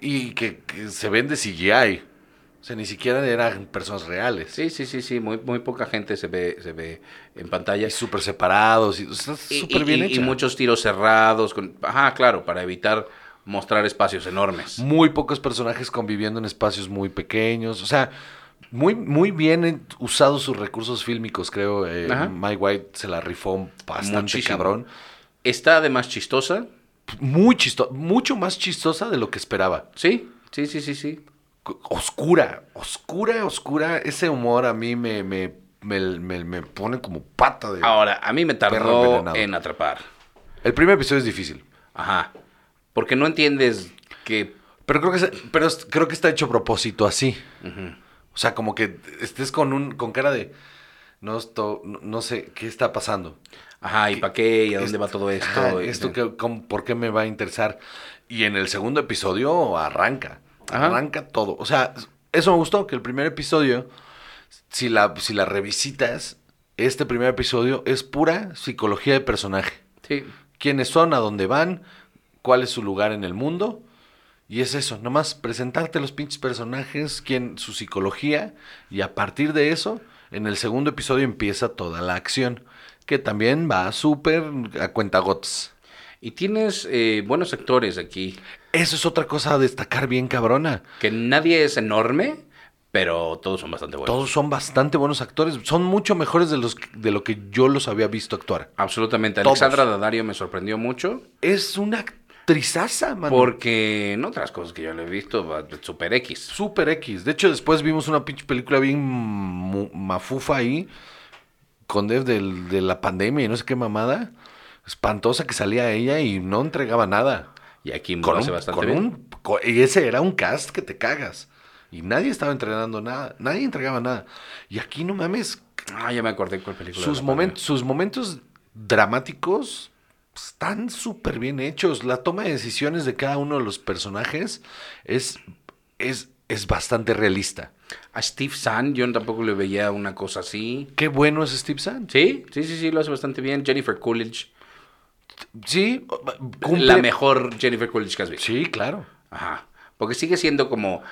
D: Y que, que se ven de CGI. O sea, ni siquiera eran personas reales.
E: Sí, sí, sí, sí. Muy, muy poca gente se ve, se ve en pantalla.
D: Y súper separados. Y, o sea, está
E: Y-
D: súper
E: y-
D: bien
E: y-
D: hecha.
E: y muchos tiros cerrados. Con... Ajá, claro, para evitar mostrar espacios enormes.
D: Muy pocos personajes conviviendo en espacios muy pequeños. O sea, muy, muy bien en- usados sus recursos fílmicos, creo. Eh,
E: Ajá.
D: Mike White se la rifó bastante
E: Muchísimo.
D: cabrón.
E: Está además chistosa.
D: Muy chisto mucho más chistosa de lo que esperaba.
E: Sí, sí, sí, sí, sí.
D: cu- oscura, oscura, oscura. Ese humor a mí me, me, me- me- me pone como pata de...
E: Ahora, a mí me
D: Perro
E: tardó
D: envenenado.
E: en atrapar.
D: El primer episodio es difícil,
E: Ajá. Porque no entiendes que
D: pero creo que, se- pero es- creo que está hecho a propósito así. O sea, como que estés con, un, con cara de... No, esto, no, no sé qué está pasando.
E: Ajá, ¿y para qué? ¿Y a dónde va todo esto? Este,
D: Ajá,
E: Y-
D: ¿Esto que, cómo- por qué me va a interesar? Y en el segundo episodio arranca.
E: Ajá.
D: Arranca todo. O sea, eso me gustó, que el primer episodio, si la, si la revisitas, este primer episodio es pura psicología de personaje.
E: Sí,
D: ¿Quiénes son? ¿A dónde van? ¿Cuál es su lugar en el mundo? Y es eso, nomás presentarte los pinches personajes, quién, su psicología, y a partir de eso, en el segundo episodio empieza toda la acción, que también va súper a cuentagotas.
E: y tienes eh, buenos actores aquí,
D: Eso es otra cosa a destacar bien cabrona.
E: que nadie es enorme, pero todos son bastante buenos.
D: Todos son bastante buenos actores, son mucho mejores de, los, de lo que yo los había visto actuar.
E: Absolutamente.
D: Todos.
E: Alexandra Daddario me sorprendió mucho,
D: Es una actrizaza, man.
E: porque en otras cosas que yo le he visto, va- Super X.
D: Super X. De hecho, después vimos una pinche película bien mu- mafufa ahí, con Dev del- de la pandemia y no sé qué mamada. Espantosa que salía ella y no entregaba nada.
E: Y aquí me
D: Con
E: hace
D: un-
E: bastante
D: con
E: bien.
D: un- co- y ese era un cast que te cagas. Y nadie estaba entrenando nada, nadie entregaba nada. Y aquí no mames,
E: Ah, ya me acordé cuál película.
D: sus,
E: era,
D: momen- sus momentos dramáticos están súper bien hechos. La toma de decisiones de cada uno de los personajes es, es, es bastante realista.
E: padre. A Steve Zahn yo tampoco le veía una cosa así.
D: Qué bueno es Steve Sands.
E: Sí, sí, sí, sí, lo hace bastante bien. Jennifer Coolidge.
D: Sí, cumple-
E: La mejor Jennifer Coolidge que has visto.
D: Sí, claro.
E: Ajá. Porque sigue siendo como.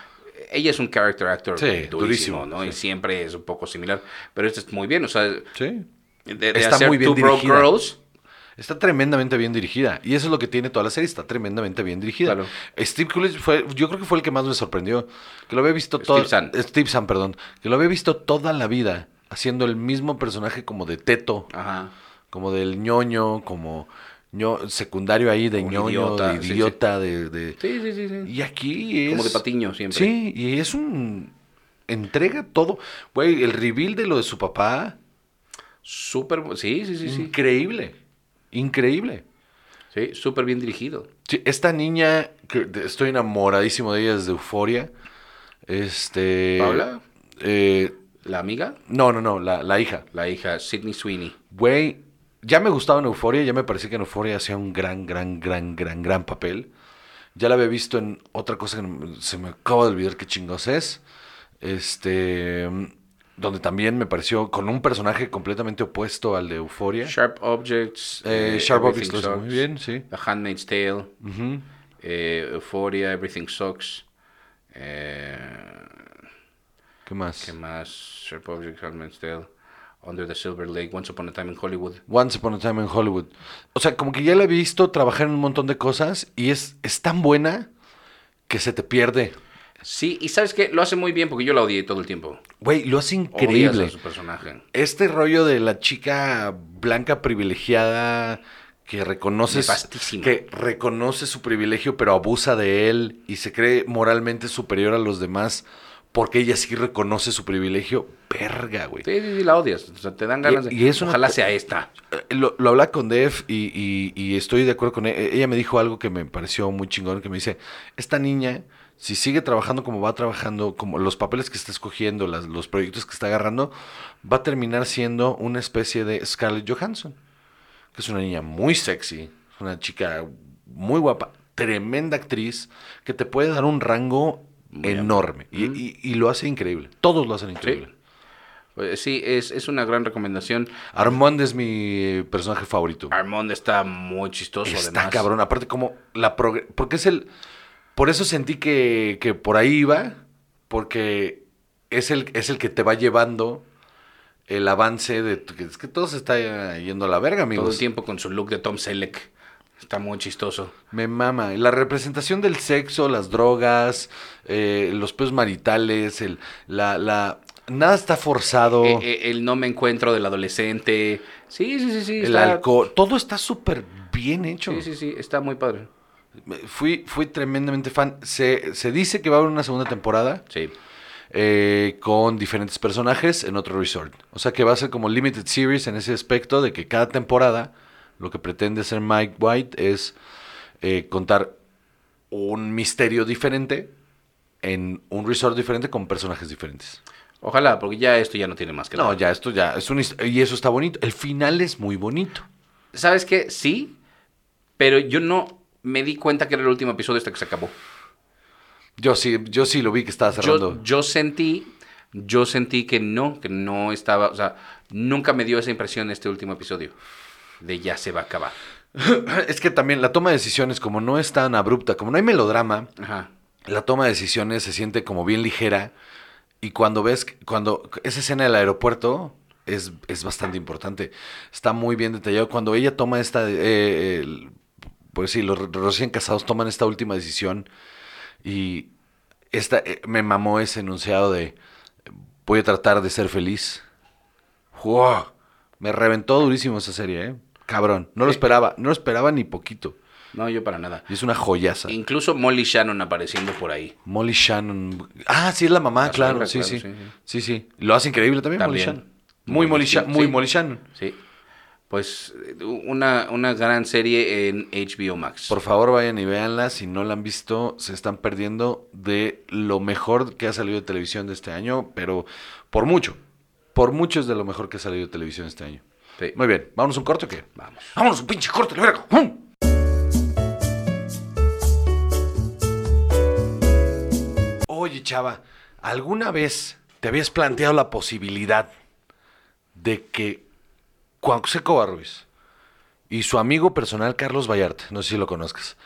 E: Ella es un character actor
D: Sí,
E: durísimo,
D: durísimo,
E: ¿no? Y
D: sí.
E: siempre es un poco similar. Pero este es muy bien, o sea. De,
D: Sí.
E: de
D: Está
E: hacer
D: muy bien
E: Two Broke
D: dirigida.
E: Girls.
D: Está tremendamente bien dirigida. Y eso es lo que tiene toda la serie. Está tremendamente bien dirigida.
E: Claro.
D: Steve Coolidge fue, yo creo que fue el que más me sorprendió. Que lo había visto
E: Steve
D: todo.
E: Zahn.
D: Steve Zahn, perdón. Que lo había visto toda la vida haciendo el mismo personaje como de teto.
E: Ajá.
D: como del ñoño, como ño- secundario ahí de
E: Como un
D: ñoño,
E: idiota,
D: de
E: sí, sí.
D: idiota, de, de-
E: Sí, sí, sí. sí.
D: Y aquí es...
E: Como de patiño siempre.
D: Sí, y es un... Entrega todo. Güey, el reveal de lo de su papá,
E: Súper. bu- Sí, sí, sí,
D: Mm.
E: sí.
D: increíble, increíble.
E: Sí, súper bien dirigido.
D: Sí, esta niña, que de- estoy enamoradísimo de ella desde Euforia. Este...
E: ¿Paula?
D: eh,
E: La amiga,
D: no, no, no, la, la hija.
E: la hija, Sidney Sweeney.
D: Güey, ya me gustaba en Euforia, ya me parecía que en Euforia hacía un gran, gran, gran, gran, gran papel. Ya la había visto en otra cosa que no- se me acaba de olvidar qué chingos es. Este. Donde también me pareció con un personaje completamente opuesto al de Euforia.
E: Sharp Objects.
D: Eh, Sharp Objects
E: Everything
D: lo hizo muy
E: Sucks,
D: bien, sí.
E: The Handmaid's Tale. eh, Euphoria, Everything Sucks. eh,
D: ¿Qué más?
E: ¿Qué más? Sharp Objects, Handmaid's Tale. Under the Silver Lake, Once Upon a Time in Hollywood.
D: Once Upon a Time in Hollywood. O sea, como que ya la he visto trabajar en un montón de cosas y es, es tan buena que se te pierde.
E: Sí, y sabes que lo hace muy bien porque yo la odié todo el tiempo.
D: Güey, lo hace
E: Odias
D: increíble.
E: a su personaje.
D: Este rollo de la chica blanca privilegiada que reconoce,
E: Nefastísima.
D: que reconoce su privilegio pero abusa de él y se cree moralmente superior a los demás porque ella sí reconoce su privilegio. Verga, güey.
E: Sí, sí, sí, la odias. O sea, te dan ganas de.
D: y es una
E: Ojalá
D: co-
E: sea esta.
D: Eh, Lo, lo hablaba con Def y, y- y estoy de acuerdo con él. Eh, Ella me dijo algo que me pareció muy chingón, que me dice, esta niña, si sigue trabajando como va trabajando, como los papeles que está escogiendo, las- los proyectos que está agarrando, va a terminar siendo una especie de Scarlett Johansson, que es una niña muy sexy, es una chica muy guapa, tremenda actriz, que te puede dar un rango enorme y, y- y lo hace increíble. Todos lo hacen increíble.
E: Pues, Sí, es, es una gran recomendación.
D: Armand es mi personaje favorito.
E: Armand está muy chistoso,
D: Está
E: además.
D: cabrón. Aparte, como la progre- Porque es el. Por eso sentí que, que por ahí iba. Porque es el, es el que te va llevando el avance de. que Es que todo se está yendo a la verga, amigos.
E: Todo el tiempo con su look de Tom Selleck. Está muy chistoso.
D: Me mama. La representación del sexo, las drogas, eh, los peos maritales, el, la, la. Nada está forzado.
E: Eh, eh, el no me encuentro del adolescente. Sí, sí, sí, sí.
D: el
E: está-
D: alcohol. Todo está súper bien hecho.
E: Sí, sí, sí, está muy padre.
D: Fui, fui tremendamente fan. Se, se dice que va a haber una segunda temporada.
E: Sí.
D: eh, con diferentes personajes en otro resort. O sea que va a ser como limited series en ese aspecto de que cada temporada lo que pretende hacer Mike White es eh, contar un misterio diferente en un resort diferente con personajes diferentes.
E: Ojalá, porque ya esto ya no tiene más que
D: No,
E: dar.
D: ya esto ya es un his- y eso está bonito. El final es muy bonito.
E: ¿Sabes qué? Sí, pero yo no me di cuenta que era el último episodio hasta que se acabó.
D: Yo sí, yo sí lo vi que estaba cerrando.
E: Yo, yo sentí, yo sentí que no, que no estaba, o sea, nunca me dio esa impresión este último episodio de ya se va a acabar.
D: *clears throat* es que también la toma de decisiones como no es tan abrupta, como no hay melodrama,
E: Ajá.
D: la toma de decisiones se siente como bien ligera y cuando ves, cuando esa escena del aeropuerto es, es bastante importante, está muy bien detallado. Cuando ella toma esta, eh, el- pues sí, los recién casados toman esta última decisión y esta, eh, me mamó ese enunciado de voy a tratar de ser feliz. ¡Wow! Me reventó durísimo esa serie, ¿eh? Cabrón, no lo esperaba, no lo esperaba ni poquito.
E: No, yo para nada.
D: Y es una joyaza.
E: Incluso Molly Shannon apareciendo por ahí.
D: Molly Shannon. Ah, sí, es la mamá,
E: La
D: claro,
E: suegra,
D: sí,
E: claro,
D: sí,
E: sí, sí.
D: sí. Sí, Lo hace increíble también,
E: También.
D: Molly Shannon. Muy Molly,
E: Sí,
D: Sha- muy
E: sí.
D: Molly Shannon.
E: Sí. Pues eh, una, una gran serie en HBO Max.
D: Por favor, vayan y véanla. Si no la han visto, se están perdiendo de lo mejor que ha salido de televisión de este año, pero por mucho. Por mucho es de lo mejor que ha salido de televisión este año.
E: Sí.
D: Muy bien, ¿vámonos a un corte o qué?
E: Vamos.
D: Vámonos, un pinche corte, la verga. ¡Jum! Oye, chava, ¿alguna vez te habías planteado la posibilidad de que Juan José Covarrubias y su amigo personal Carlos Vallarte, no sé si lo conozcas,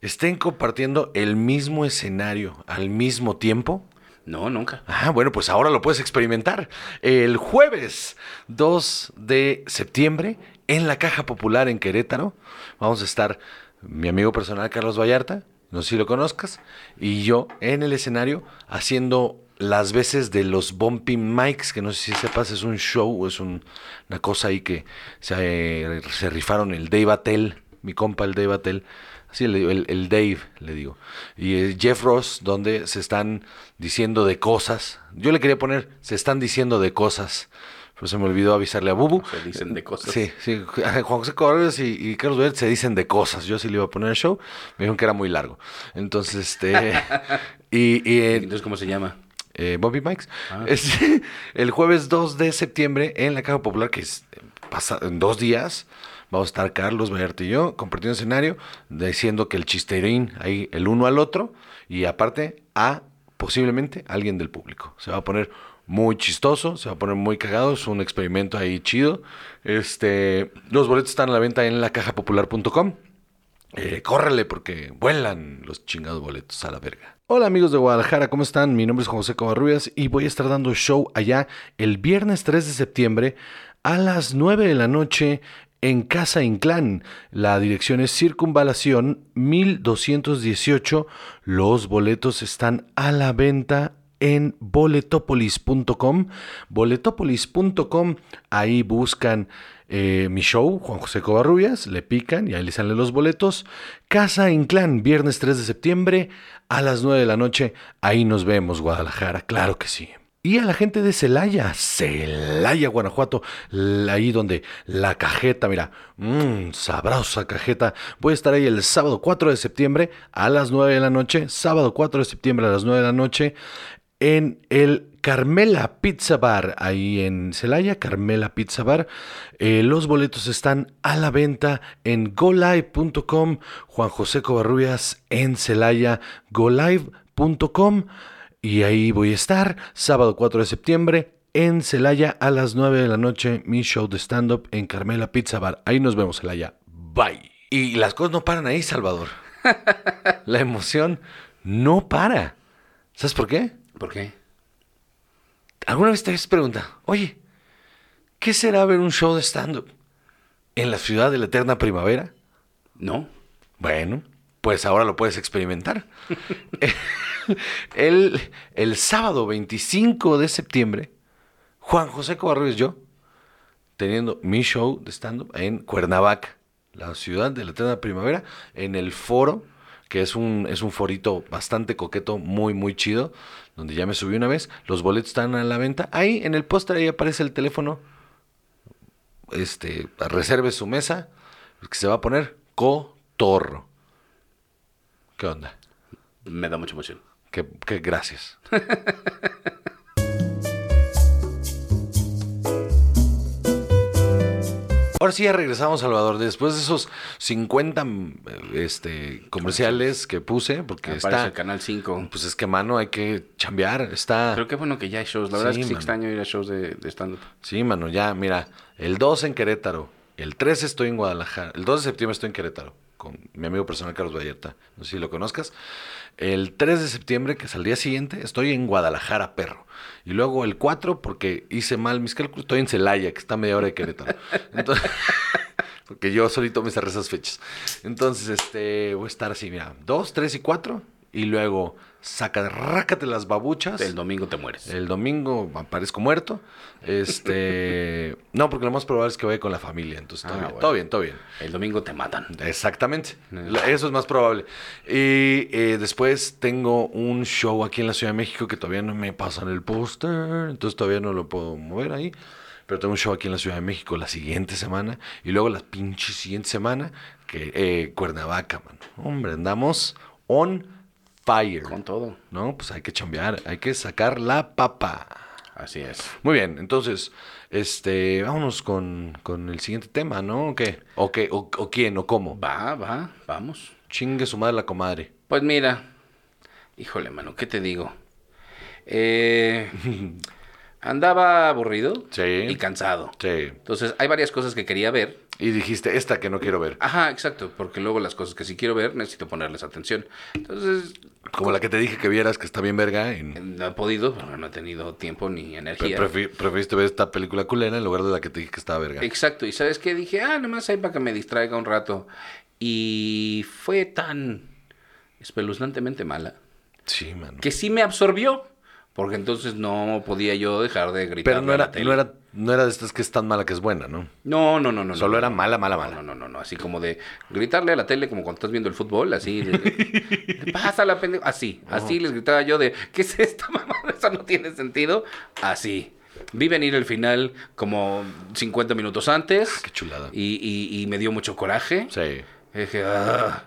D: estén compartiendo el mismo escenario al mismo tiempo?
E: No, nunca.
D: Ah, bueno, pues ahora lo puedes experimentar. El jueves 2 de septiembre en la Caja Popular en Querétaro vamos a estar mi amigo personal Carlos Vallarta, no sé si lo conozcas, y yo en el escenario haciendo las veces de los Bumpy Mics, que no sé si sepas, es un show, o es un- una cosa ahí que se, eh, se rifaron el Dave Attell, mi compa el Dave Attell, Sí, le digo, el, el Dave, le digo. Y eh, Jeff Ross, donde se están diciendo de cosas. Yo le quería poner, se están diciendo de cosas. Pero se me olvidó avisarle a Bubu.
E: Se dicen de cosas.
D: Sí, sí. Juan José Correos y, y Carlos Vélez se dicen de cosas. Yo sí le iba a poner el show. Me dijeron que era muy largo. Entonces,
E: *laughs*
D: este. y, y, eh,
E: Entonces, ¿cómo se llama?
D: *laughs* eh, Bobby Mikes. Es el jueves 2 de septiembre en la Caja Popular, que es, eh, pasa- en dos días vamos a estar Carlos Vallarta y yo compartiendo escenario, diciendo que el chisterín ahí el uno al otro y aparte a posiblemente alguien del público. Se va a poner muy chistoso, se va a poner muy cagado, es un experimento ahí chido. Este, los boletos están a la venta en lacajapopular.com. Eh, córrele porque vuelan los chingados boletos a la verga. Hola amigos de Guadalajara, ¿cómo están? Mi nombre es José Covarrubias y voy a estar dando show allá el viernes 3 de septiembre a las 9 de la noche en Casa Inclán. La dirección es Circunvalación 1218. Los boletos están a la venta en boletopolis.com. Boletopolis.com, ahí buscan eh, mi show, Juan José Covarrubias, le pican y ahí les salen los boletos. Casa Inclán, viernes 3 de septiembre a las 9 de la noche. Ahí nos vemos, Guadalajara, claro que sí. Y a la gente de Celaya, Celaya, Guanajuato, l- ahí donde la cajeta, mira, mmm, sabrosa cajeta. Voy a estar ahí el sábado 4 de septiembre a las 9 de la noche, sábado 4 de septiembre a las 9 de la noche, en el Carmela Pizza Bar, ahí en Celaya, Carmela Pizza Bar. Eh, los boletos están a la venta en golive.com, Juan José Covarrubias en Celaya, golive.com. Y ahí voy a estar, sábado 4 de septiembre, en Celaya a las 9 de la noche, mi show de stand-up en Carmela Pizza Bar. Ahí nos vemos, Celaya. Bye. Y las cosas no paran ahí, Salvador. La emoción no para. ¿Sabes por qué?
E: ¿Por qué?
D: ¿Alguna vez te has preguntado, oye, ¿qué será ver un show de stand-up en la ciudad de la eterna primavera?
E: No.
D: Bueno, pues ahora lo puedes experimentar. el, el sábado 25 de septiembre, Juan José Covarrubias y yo, teniendo mi show de stand-up en Cuernavaca, la ciudad de la eterna primavera, en el foro, que es un, es un forito bastante coqueto, muy, muy chido, donde ya me subí una vez. Los boletos están a la venta. Ahí, en el póster, ahí aparece el teléfono este, reserve su mesa, que se va a poner cotorro. ¿Qué onda?
E: Me da mucha emoción.
D: Qué, qué
E: *laughs*
D: gracias. Ahora sí ya regresamos, Salvador. Después de esos 50 este, comerciales que puse, porque
E: Aparece
D: está...
E: el Canal 5.
D: Pues es que, mano, hay que chambear. Está...
E: Pero qué bueno que ya hay shows. La verdad
D: Sí,
E: es que sí
D: mano.
E: extraño ir a shows de, de stand-up.
D: Sí, mano, ya, mira, el 2 en Querétaro, el 3 estoy en Guadalajara, el 2 de septiembre estoy en Querétaro con mi amigo personal Carlos Vallarta, no sé si lo conozcas. El 3 de septiembre, que es al día siguiente, estoy en Guadalajara, perro. Y luego el 4, porque hice mal mis cálculos, estoy en Celaya, que está a media hora de Querétaro. Entonces, *laughs* porque yo solito me cerré esas fechas. Entonces, este, voy a estar así, mira, 2, 3 y 4, y luego saca, rácate las babuchas.
E: El domingo te mueres.
D: El domingo aparezco muerto.
E: *laughs*
D: Este. no, porque lo más probable es que vaya con la familia. Entonces, todo,
E: Ah,
D: bien,
E: bueno.
D: todo bien, todo bien.
E: El domingo te matan.
D: Eh. Exactamente. La- Eso es más probable. Y eh, después tengo un show aquí en la Ciudad de México que todavía no me pasan el póster. Entonces todavía no lo puedo mover ahí. Pero tengo un show aquí en la Ciudad de México la siguiente semana. Y luego la pinche siguiente semana, que eh, Cuernavaca, mano. Hombre, andamos on fire.
E: Con todo.
D: No, pues hay que chambear, hay que sacar la papa.
E: Así es.
D: Muy bien, entonces, este, vámonos con, con el siguiente tema, ¿no? ¿O qué? ¿O qué? ¿O, o quién? ¿O cómo?
E: Va, va, vamos.
D: Chingue su madre la comadre.
E: Pues mira, híjole, mano, ¿qué te digo?
D: *laughs*
E: Eh, andaba aburrido
D: Sí.
E: y cansado.
D: Sí.
E: Entonces, hay varias cosas que quería ver.
D: Y dijiste, esta que no quiero ver.
E: Ajá, exacto, porque luego las cosas que sí quiero ver necesito ponerles atención. Entonces,
D: Como la que te dije que vieras, que está bien verga. en-
E: no he podido, bueno, no he tenido tiempo ni
D: pre-
E: energía.
D: prefi- preferiste ver esta película culera en lugar de la que te dije que estaba verga.
E: Exacto, y sabes qué dije, ah, nomás ahí para que me distraiga un rato. Y fue tan espeluznantemente mala
D: Sí, mano.
E: que sí me absorbió, porque entonces no podía yo dejar de gritar.
D: Pero no era, no, era, no era de estas que es tan mala que es buena, ¿no?
E: No, no, no, no.
D: Solo
E: no,
D: era
E: no,
D: mala, mala,
E: no,
D: mala.
E: No, no, no, no. Así como de gritarle a la tele como cuando estás viendo el fútbol, así. De,
D: *laughs*
E: de, pasa la pendejo. Así, así les gritaba yo de, ¿qué es esta mamada? Eso no tiene sentido. Así. Vi venir el final como 50 minutos antes.
D: Qué Ah, chulada.
E: Y, y- y me dio mucho coraje.
D: Sí.
E: Dije, "Ah".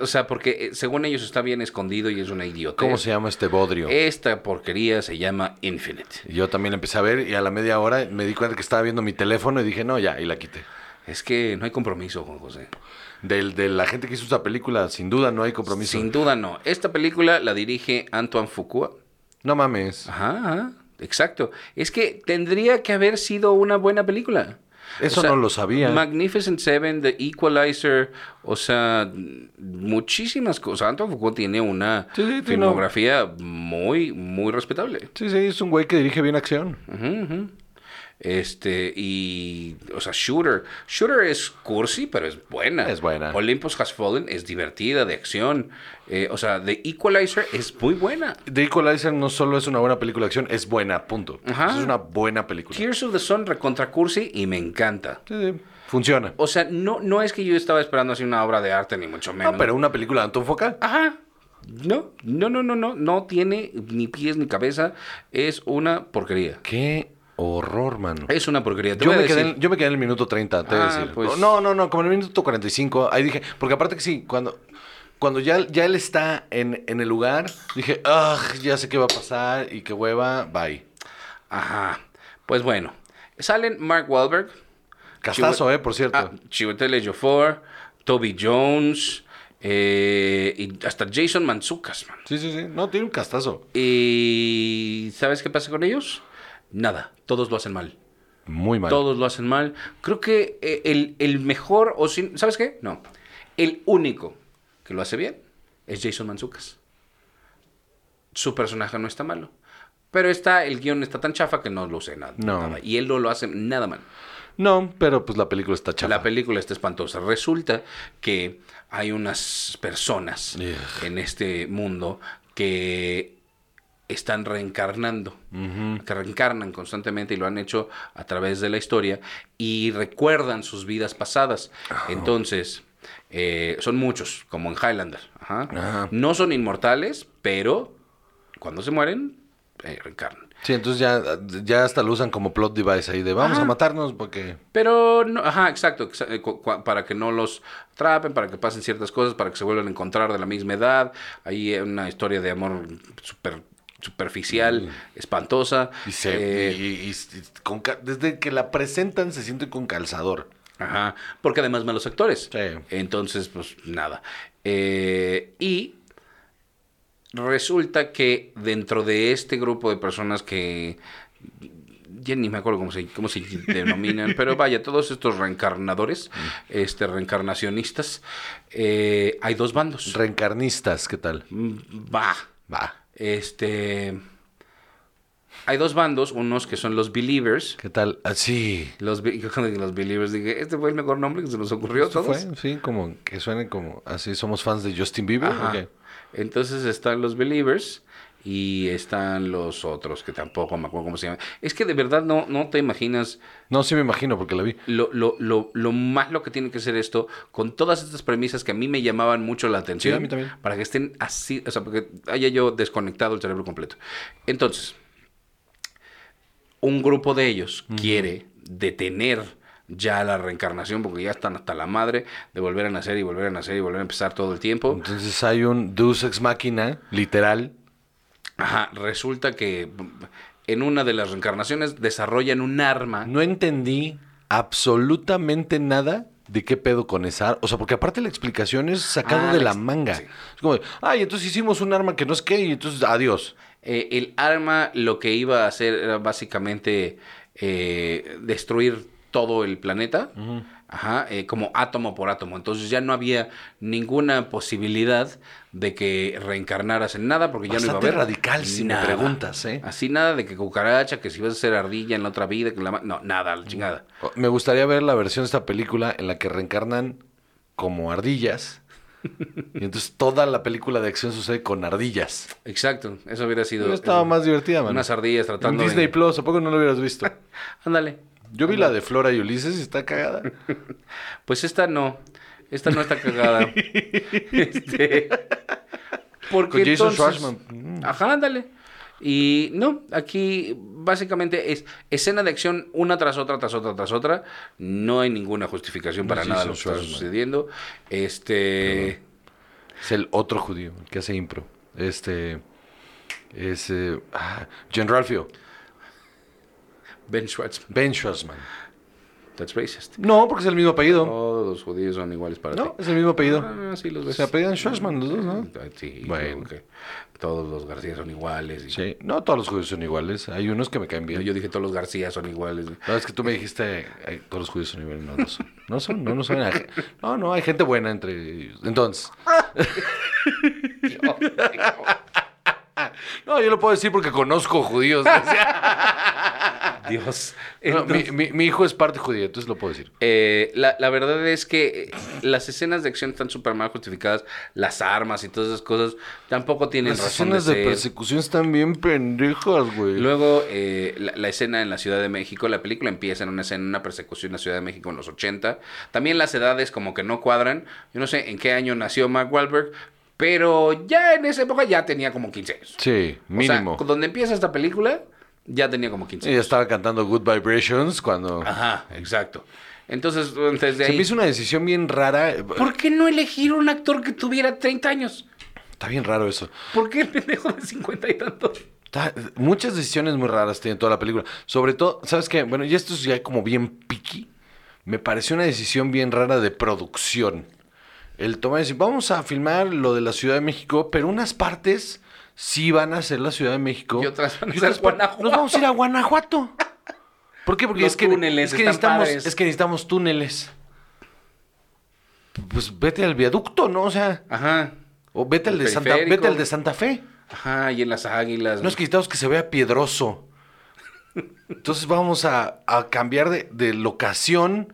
E: O sea, porque eh, según ellos está bien escondido y es una idiota.
D: ¿Cómo se llama este bodrio?
E: Esta porquería se llama Infinite.
D: Y Yo también la empecé a ver y a la media hora me di cuenta que estaba viendo mi teléfono y dije, no, ya, y la quité.
E: Es que no hay compromiso, Juan José.
D: Del, de la gente que hizo esta película, sin duda no hay compromiso.
E: Sin duda no. Esta película la dirige Antoine Foucault.
D: No mames.
E: Ajá, ajá, exacto. Es que tendría que haber sido una buena película.
D: Eso no lo sabía.
E: Magnificent Seven, The Equalizer, o sea, muchísimas cosas. Antoine Foucault tiene una
D: Sí, sí, tiene una-
E: filmografía muy, muy respetable.
D: Sí, sí, es un güey que dirige bien acción.
E: Ujú, ujú. Este, y, o sea, Shooter. Shooter es cursi, pero es buena.
D: Es buena.
E: Olympus Has Fallen es divertida, de acción. Eh, o sea, The Equalizer es muy buena.
D: The Equalizer no solo es una buena película de acción, es buena, punto.
E: Ajá.
D: Es una buena película.
E: Tears of the Sun recontra cursi y me encanta.
D: Sí, sí, Funciona.
E: O sea, no, no es que yo estaba esperando así una obra de arte, ni mucho menos.
D: No, pero una película de Anton Foca.
E: Ajá. No, no, no, no, no. No tiene ni pies ni cabeza. Es una porquería.
D: Qué horror, mano.
E: Es una porquería. Eh, Te
D: Yo
E: voy a
D: me, quedé
E: decir-
D: en, yo me quedé en el minuto 30, te voy a
E: Ah,
D: decir.
E: pues.
D: No, no, no, como en el minuto 45. Ahí dije, porque aparte que sí, cuando, cuando ya, ya él está en, en el lugar, dije, ah, ya sé qué va a pasar y qué hueva, bye.
E: Ajá. Pues bueno. Salen Mark Wahlberg.
D: Castazo,
E: Chiwe-
D: eh, por cierto.
E: Ah, Chiwetel Ejiofor, Toby Jones. eh, y hasta Jason Manzucas, man.
D: Sí, sí, sí. No, tiene un castazo.
E: ¿Y sabes qué pasa con ellos? Nada. Todos lo hacen mal.
D: Muy mal.
E: Todos lo hacen mal. Creo que eh, el, el mejor, o sin, ¿sabes qué? No. El único que lo hace bien es Jason Manzucas. Su personaje no está malo. Pero está, el guión está tan chafa que no lo sé nada.
D: No.
E: nada. Y él no lo hace nada mal.
D: No, pero pues la película está chafa.
E: La película está espantosa. Resulta que hay unas personas
D: Ugh.
E: en este mundo que están reencarnando, que reencarnan constantemente y lo han hecho a través de la historia y recuerdan sus vidas pasadas.
D: Oh.
E: Entonces, eh, son muchos, como en Highlander. Ajá.
D: Ajá.
E: No son inmortales, pero cuando se mueren, eh, reencarnan.
D: Sí, entonces ya, ya hasta lo usan como plot device ahí de vamos a matarnos porque...
E: Pero, no, ajá, exacto, exa- eh, cu- cua- para que no los atrapen, para que pasen ciertas cosas, para que se vuelvan a encontrar de la misma edad. Ahí hay una historia de amor super, superficial, espantosa.
D: Mm. Y se-
E: Eh,
D: y- y- y- con ca- desde que la presentan se siente con calzador.
E: Ajá, porque además malos actores.
D: Sí.
E: Entonces, pues nada. Eh, y resulta que dentro de este grupo de personas que ya ni me acuerdo cómo se, cómo se *laughs* denominan, pero vaya, todos estos reencarnadores,
D: Mm.
E: este reencarnacionistas, eh, hay dos bandos. Mm,
D: Reencarnistas, ¿qué tal?
E: Va.
D: Va.
E: Este. Hay dos bandos, unos que son los believers.
D: ¿Qué tal? Ah, Así.
E: Los, be- yo cuando dije *laughs* los believers dije, este fue el mejor nombre que se nos ocurrió a
D: ¿Esto
E: todos.
D: Este fue? Sí, como que suene como así. Somos fans de Justin Bieber.
E: Ajá.
D: ¿o qué?
E: Entonces están los Believers y están los otros que tampoco me acuerdo cómo se llaman. Es que de verdad no, no te imaginas
D: No, sí me imagino porque la vi.
E: lo, lo, lo, lo malo que tiene que ser esto con todas estas premisas que a mí me llamaban mucho la atención.
D: Sí, a mí también.
E: Para que estén así, o sea, porque haya yo desconectado el cerebro completo. Entonces, un grupo de ellos quiere detener ya la reencarnación porque ya están hasta la madre de volver a nacer y volver a nacer y volver a empezar todo el tiempo.
D: Entonces hay un Deus Ex Machina, literal.
E: Ajá, resulta que en una de las reencarnaciones desarrollan un arma.
D: No entendí absolutamente nada de qué pedo con esa. O sea, porque aparte la explicación es sacada
E: Ah,
D: de
E: la
D: la
E: ex-
D: manga.
E: sí.
D: Es como, ay, entonces hicimos un arma que no es qué y entonces adiós.
E: Eh, el arma lo que iba a hacer era básicamente eh, destruir todo el planeta, ajá, eh, como átomo por átomo. Entonces ya no había ninguna posibilidad de que reencarnaras en nada porque ya no
D: Bastante
E: iba a haber
D: radical, si me preguntas, ¿eh?
E: Así nada de que cucaracha, que si vas a ser ardilla en la otra vida, que la ma- no, nada, la chingada.
D: O- Me gustaría ver la versión de esta película en la que reencarnan como ardillas. Y entonces toda la película de acción sucede con ardillas.
E: Exacto, eso hubiera sido
D: Yo estaba
E: eso.
D: más divertida, man.
E: unas ardillas
D: En
E: tratando de-
D: Disney Plus, ¿a poco no lo hubieras visto?
E: Ándale.
D: Yo vi la de Flora y Ulises y está cagada.
E: Pues esta no. Esta no
D: *laughs*
E: está cagada. este, porque
D: Con Jason
E: entonces-
D: Schwartzman. Mm.
E: Ajá, ándale. Y no, aquí básicamente es escena de acción una tras otra, tras otra, tras otra. No hay ninguna justificación para
D: No,
E: nada
D: Jason
E: lo que está
D: Schwartzman.
E: sucediendo. Este.
D: Es el otro judío, el que hace impro. Este. Es. eh, ah, John Ralphio.
E: Ben Schwartzman.
D: Ben Schwarzman.
E: That's racist.
D: No, porque es el mismo apellido.
E: Todos los judíos son iguales para
D: No,
E: ti.
D: es el mismo apellido.
E: Oh, Ah, sí, los ves.
D: Se apellidan Schwarzman los dos, ¿no?
E: Ah, Sí,
D: Bueno.
E: como que todos los García son iguales. y-
D: Sí. No todos los judíos son iguales. Hay unos que me caen bien.
E: Yo dije todos los García son iguales.
D: No, es que tú me dijiste, "Ay, todos los judíos son iguales. No, no son. No son, no, no son. No, no, hay gente buena entre ellos.
E: *laughs*
D: Entonces. *laughs* No, yo lo puedo decir porque conozco
E: *laughs*
D: judíos. O sea,
E: Dios.
D: no, mi, mi- mi hijo es parte judía, entonces lo puedo decir.
E: Eh, la, la verdad es que eh, las escenas de acción están súper mal justificadas. Las armas y todas esas cosas tampoco tienen
D: Las
E: razón
D: escenas
E: de,
D: de,
E: ser.
D: persecución están bien pendejas, güey.
E: Luego, eh, la, la escena en la Ciudad de México, la película empieza en una escena, en una persecución en la Ciudad de México en los 80. También las edades como que no cuadran. Yo no sé en qué año nació Mark Wahlberg, pero ya en esa época ya tenía como 15 años.
D: Sí,
E: O sea,
D: mínimo.
E: donde empieza esta película, ya tenía como 15
D: Ella
E: años.
D: estaba cantando Good Vibrations cuando...
E: Ajá, exacto. Entonces, desde
D: Se
E: ahí...
D: me hizo una decisión bien rara.
E: ¿Por qué no elegir un actor que tuviera 30 años?
D: Está bien raro eso.
E: ¿Por qué el pendejo de 50 y tantos?
D: Ta- Muchas decisiones muy raras tiene toda la película. Sobre todo, ¿sabes qué? Bueno, y esto es ya como bien piqui. Me pareció una decisión bien rara de producción. El tomar y decir, vamos a filmar lo de la Ciudad de México, pero unas partes sí van a ser la Ciudad de México.
E: Y otras van a
D: Y otras
E: ser
D: par-
E: Guanajuato.
D: Nos vamos a ir a Guanajuato. ¿Por qué? Porque
E: Los
D: es que,
E: túneles
D: es, que
E: están
D: necesitamos,
E: padres.
D: es que necesitamos túneles. Pues vete al viaducto, ¿no? O sea,
E: Ajá.
D: o vete al
E: El
D: de Santa,
E: periférico.
D: vete al de Santa Fe.
E: Ajá, y en las águilas.
D: No es que necesitamos que se vea piedroso. Entonces vamos a, a cambiar de, de locación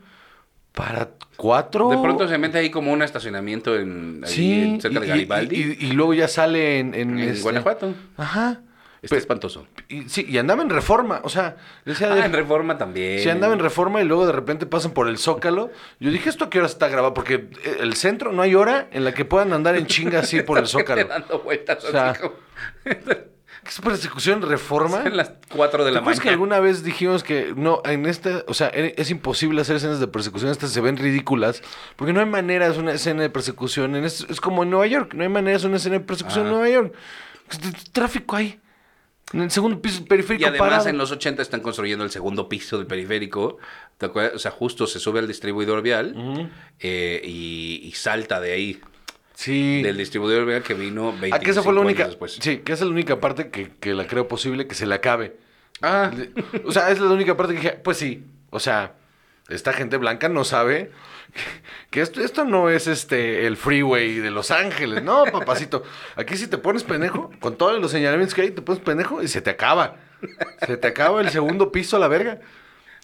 D: para cuatro.
E: De pronto se mete ahí como un estacionamiento en, ahí en- cerca de
D: y-
E: Garibaldi.
D: Y, y- y luego ya sale en, en,
E: en
D: este-
E: Guanajuato.
D: Ajá.
E: Está
D: Pe-
E: espantoso.
D: y, sí, y andaba en reforma. O sea, decía
E: Ah,
D: de-
E: en Reforma también.
D: si andaba en reforma y luego de repente pasan por el Zócalo. Yo dije, ¿esto a qué hora está grabado? Porque eh, el centro no hay hora en la que puedan andar en chinga así
E: *laughs*
D: por el Zócalo.
E: dando vueltas
D: O sea,
E: así como-
D: ¿Qué es persecución reforma?
E: en las 4 de
D: ¿Te
E: la
D: acuerdas
E: mañana.
D: que alguna vez dijimos que no, en esta, o sea, e- es imposible hacer escenas de persecución, estas se ven ridículas, porque no hay manera de hacer una escena de persecución, en es, es como en Nueva York, no hay manera de hacer una escena de persecución en
E: Ajá.
D: Nueva York. Es de- de Tráfico ahí, en el segundo piso periférico
E: Y además
D: parado.
E: en los 80 están construyendo el segundo piso del periférico. ¿Te acuerdas? O sea, justo se sube al distribuidor vial eh, y, y salta de ahí.
D: Sí.
E: Del distribuidor vial que vino 25
D: ¿A que esa fue la
E: años
D: única?
E: después.
D: Sí, que esa es la única parte que, que la creo posible que se le acabe.
E: Ah,
D: Le- O sea, es la única parte que dije, pues sí. O sea, esta gente blanca no sabe que- que esto, esto no es este el freeway de Los Ángeles. No, papacito. Aquí si te pones pendejo, con todos los señalamientos que hay, te pones pendejo y se te acaba. Se te acaba el segundo piso a la verga.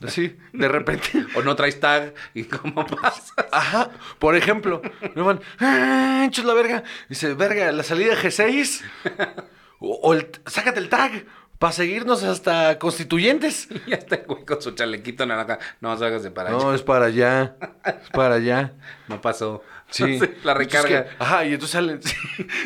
D: Así, de repente.
E: o no traes tag y cómo *laughs* pasa.
D: Ajá, por ejemplo, me van, ¡ah, chus la verga! Dice, verga, la salida G6. O, o el- sácate el tag para seguirnos hasta Constituyentes.
E: Y hasta el güey con su chalequito naranja. No, sácase para
D: No,
E: allá.
D: es para allá. Es para allá.
E: *laughs* No pasó. *laughs*
D: Sí.
E: La
D: Entonces,
E: recarga.
D: que- ajá, y entonces salen, *laughs* sí,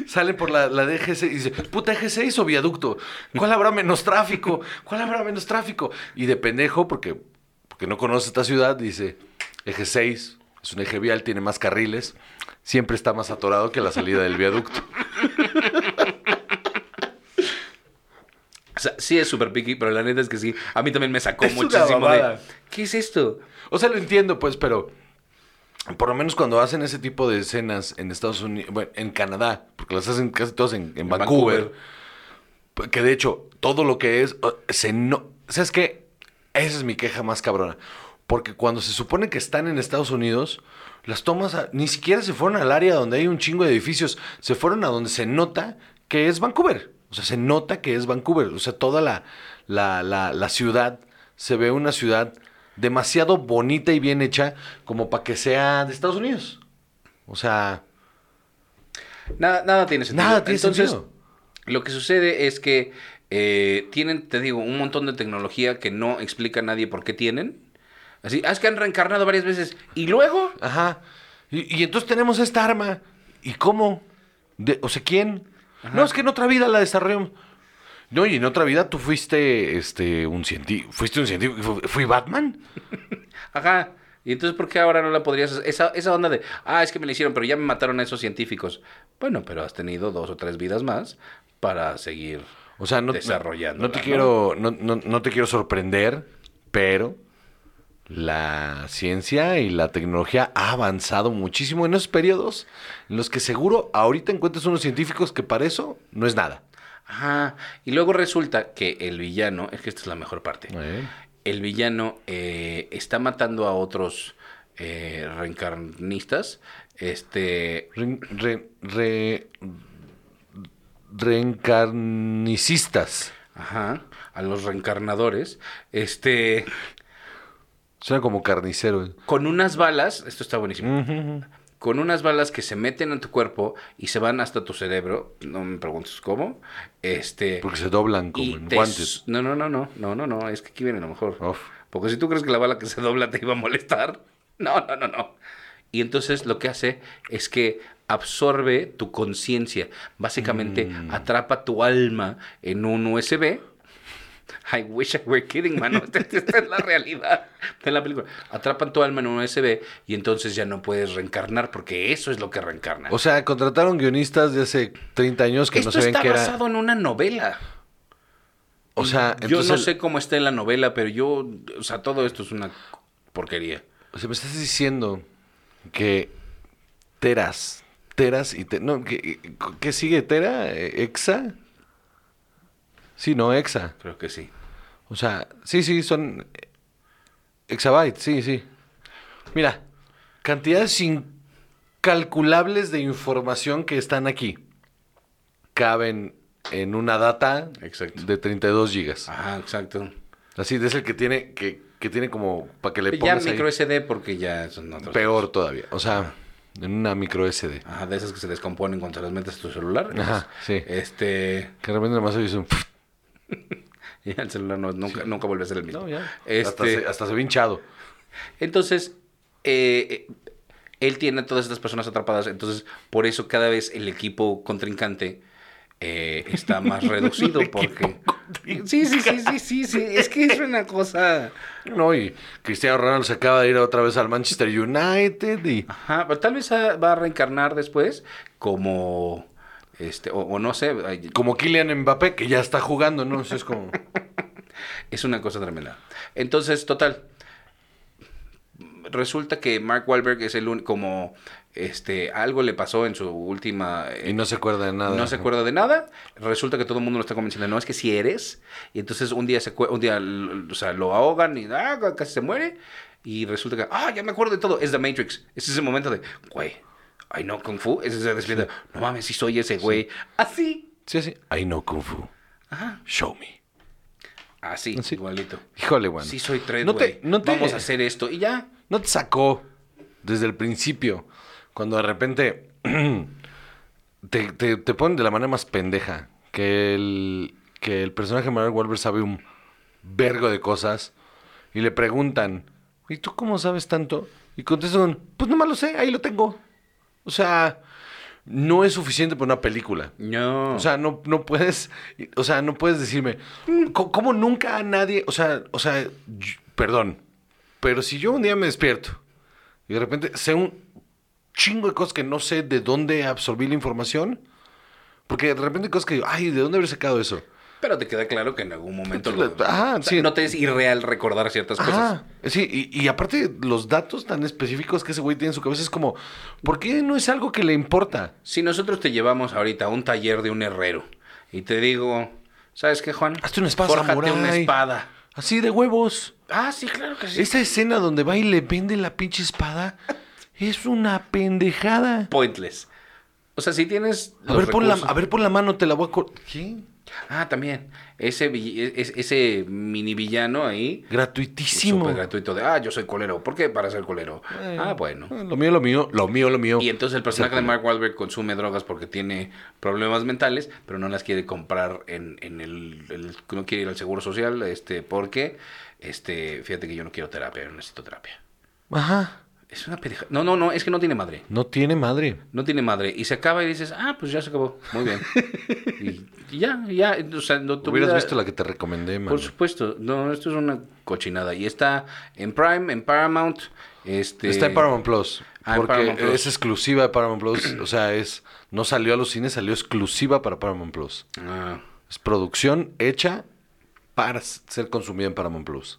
D: salen por la, la DG6 y dicen, puta, DG6 o viaducto. ¿Cuál habrá menos tráfico? ¿Cuál habrá menos tráfico? Y de pendejo, porque, porque no conoce esta ciudad, dice, eje 6 es un eje vial, tiene más carriles, siempre está más atorado que la salida del viaducto.
E: O sea, sí es súper picky, pero la neta es que sí. A mí también me sacó
D: Es una
E: muchísimo de.
D: babada.
E: ¿Qué es esto?
D: O sea, lo entiendo, pues, pero por lo menos cuando hacen ese tipo de escenas en Estados Unidos, bueno, en Canadá, porque las hacen casi todas en, en Vancouver, que de hecho, todo lo que es, o- se no... ¿Sabes qué? Esa es mi queja más cabrona. Porque cuando se supone que están en Estados Unidos, las tomas a- ni siquiera se fueron al área donde hay un chingo de edificios, se fueron a donde se nota que es Vancouver. O sea, se nota que es Vancouver. O sea, toda la, la, la, la ciudad se ve una ciudad demasiado bonita y bien hecha como para que sea de Estados Unidos. O sea,
E: Nada, nada tiene sentido.
D: Nada tiene
E: Entonces,
D: sentido.
E: Lo que sucede es que eh, tienen, te digo, un montón de tecnología que no explica a nadie por qué tienen. Así, ah, es que han reencarnado varias veces. Y luego,
D: Ajá. Y, y entonces tenemos esta arma. ¿Y cómo? De- o sea, ¿quién? No, es que en otra vida la desarrollamos. No, y en otra vida tú fuiste este un científico. Fuiste un científico. Fui Batman.
E: ajá, Y entonces, ¿por qué ahora no la podrías hacer? Esa, esa onda de, ah, es que me la hicieron, pero ya me mataron a esos científicos. Bueno, pero has tenido dos o tres vidas más para seguir
D: O sea, no,
E: desarrollando.
D: no te quiero, no, no- no te quiero sorprender, pero la ciencia y la tecnología ha avanzado muchísimo en esos periodos en los que seguro ahorita encuentras unos científicos que para eso no es nada.
E: Ajá. Y luego resulta que el villano, es que esta es la mejor parte. el villano eh, está matando a otros eh, reencarnistas. Este.
D: Re- re- re- reencarnicistas.
E: Ajá. A los reencarnadores. Este.
D: Suena como carnicero. eh.
E: Con unas balas. Esto está buenísimo. Con unas balas que se meten en tu cuerpo y se van hasta tu cerebro. No me preguntes cómo. Este.
D: Porque se doblan como
E: y
D: en
E: te-
D: guantes.
E: No, no, no, no, no, no, no, es que aquí viene lo mejor.
D: Uf.
E: Porque si tú crees que la bala que se dobla te iba a molestar. *laughs* No, no, no, no. Y entonces lo que hace es que absorbe tu conciencia. Básicamente
D: Mm.
E: atrapa tu alma en un USB. *laughs* I wish I were kidding, mano. *laughs* Esta, esta es la realidad de la película. Atrapan tu alma en un USB y entonces ya no puedes reencarnar porque eso es lo que reencarna.
D: O sea, contrataron guionistas de hace 30 años que
E: Esto
D: no sabían
E: está
D: que era.
E: basado en una novela.
D: O sea,
E: Yo no
D: entonces-
E: sé cómo está en la novela, pero yo, o sea, todo esto es una porquería.
D: O sea, me estás diciendo que teras, teras y te- no, que, que sigue tera, Eh, hexa. Sí, no, hexa.
E: Creo que sí.
D: O sea, sí, sí, son eh, exabytes, sí, sí. Mira, cantidades incalculables de información que están aquí. Caben en una data
E: Exacto. Ah.
D: de 32 gigas.
E: Ajá, exacto.
D: Así, es el que tiene, que, que tiene como para que le
E: Ya
D: pongas ahí.
E: micro SD porque ya son otros.
D: Peor todavía. O sea, en una micro SD.
E: Ajá, de esas que se descomponen cuando las metes a tu celular.
D: Ajá,
E: Esas.
D: sí.
E: Este, *laughs*
D: Que de repente nomás oyes un...
E: ya el celular no- nunca, nunca vuelve a ser el mismo.
D: No, ya. Hasta,
E: Este,
D: se, hasta se ve hinchado.
E: Entonces, eh, eh, él tiene a todas estas personas atrapadas, entonces por eso cada vez el equipo contrincante eh,
D: *laughs*
E: está más reducido porque... Sí, sí, sí, sí, sí, sí, es que es una cosa...
D: No, y Cristiano Ronaldo se acaba de ir otra vez al Manchester United y...
E: Ajá, pero tal vez ah, va a reencarnar después como... Este, o, o no sé, ay,
D: Como Kylian Mbappé, que ya está jugando, ¿no? Eso es como...
E: es una cosa tremenda. Entonces, total, resulta que Mark Wahlberg es el único, como, este, algo le pasó en su última...
D: *laughs*
E: eh,
D: Y no se acuerda de nada.
E: No se acuerda de nada. Resulta que todo el mundo lo está convenciendo. No, es que si eres. Y entonces un día, se, acue- un día l- o sea, lo ahogan y ah, ca- casi se muere. Y resulta que, ah, ya me acuerdo de todo. Es The Matrix. Es ese momento de, güey, ay no, Kung Fu. Es ese despierta. No mames, si soy ese güey. Así.
D: Sí, sí. I know Kung Fu. Show me.
E: Así,
D: Sí.
E: igualito.
D: Híjole, bueno.
E: Sí soy tres,
D: no
E: güey.
D: te, no te,
E: Vamos a hacer esto. Y ya.
D: No te sacó desde el principio. Cuando de repente *clears throat* te, te- te ponen de la manera más pendeja. Que el, que el personaje de Mark Wahlberg sabe un vergo de cosas. Y le preguntan, ¿y tú cómo sabes tanto? Y contestan, pues nomás lo sé, ahí lo tengo. O sea, no es suficiente para una película.
E: No.
D: O sea, no, no puedes, o sea, no puedes decirme, "Mm, "Co- ¿cómo nunca a nadie, o sea, o sea, yo- perdón, pero si yo un día me despierto y de repente sé un chingo de cosas que no sé de dónde absorbí la información, porque de repente hay cosas que digo, ay, ¿de dónde habré sacado eso?
E: pero te queda claro que en algún momento. lo-
D: Ajá,
E: o sea,
D: sí.
E: No te es irreal recordar ciertas cosas.
D: Ajá, sí, y, y aparte los datos tan específicos que ese güey tiene en su cabeza es como, ¿por qué no es algo que le importa?
E: Si nosotros te llevamos ahorita a un taller de un herrero y te digo, ¿sabes qué, Juan?
D: Hazte una espada
E: Fórjate
D: samurái.
E: una espada.
D: Así de huevos.
E: Ah, sí, claro que sí.
D: Esa escena donde va y le vende la pinche espada es una pendejada.
E: Pointless. O sea, si tienes.
D: A
E: los
D: ver, pon la,
E: recursos-
D: a ver, pon la mano, te la voy a cortar. ¿Qué?
E: Ah, también. Ese, vi- es- ese mini villano ahí.
D: Gratuitísimo.
E: Súper gratuito de, ah, yo soy colero. ¿Por qué para ser colero? ah, bueno.
D: Ah, Lo mío, lo mío, lo mío, lo mío.
E: Y entonces el personaje de Mark Wahlberg consume drogas porque tiene problemas mentales, pero no las quiere comprar en, en el, el- No quiere ir al seguro social, este, porque. Este, fíjate que yo no quiero terapia, yo necesito terapia.
D: Ajá.
E: Es una pendeja. No, no, no, es que no tiene madre.
D: No tiene madre.
E: No tiene madre. Y se acaba y dices, ah, pues ya se acabó.
D: *laughs*
E: Muy bien. y, y ya, ya. O sea, no tu
D: Hubieras
E: vida-
D: visto la que te recomendé, man.
E: Por supuesto. No, esto es una cochinada. Y está en Prime, en Paramount. Este...
D: Está en Paramount Plus.
E: Ah, en
D: porque
E: Paramount Plus.
D: es exclusiva de Paramount Plus. O sea, es no salió a los cines, salió exclusiva para Paramount Plus.
E: Ah.
D: Es producción hecha para s- ser consumida en Paramount Plus.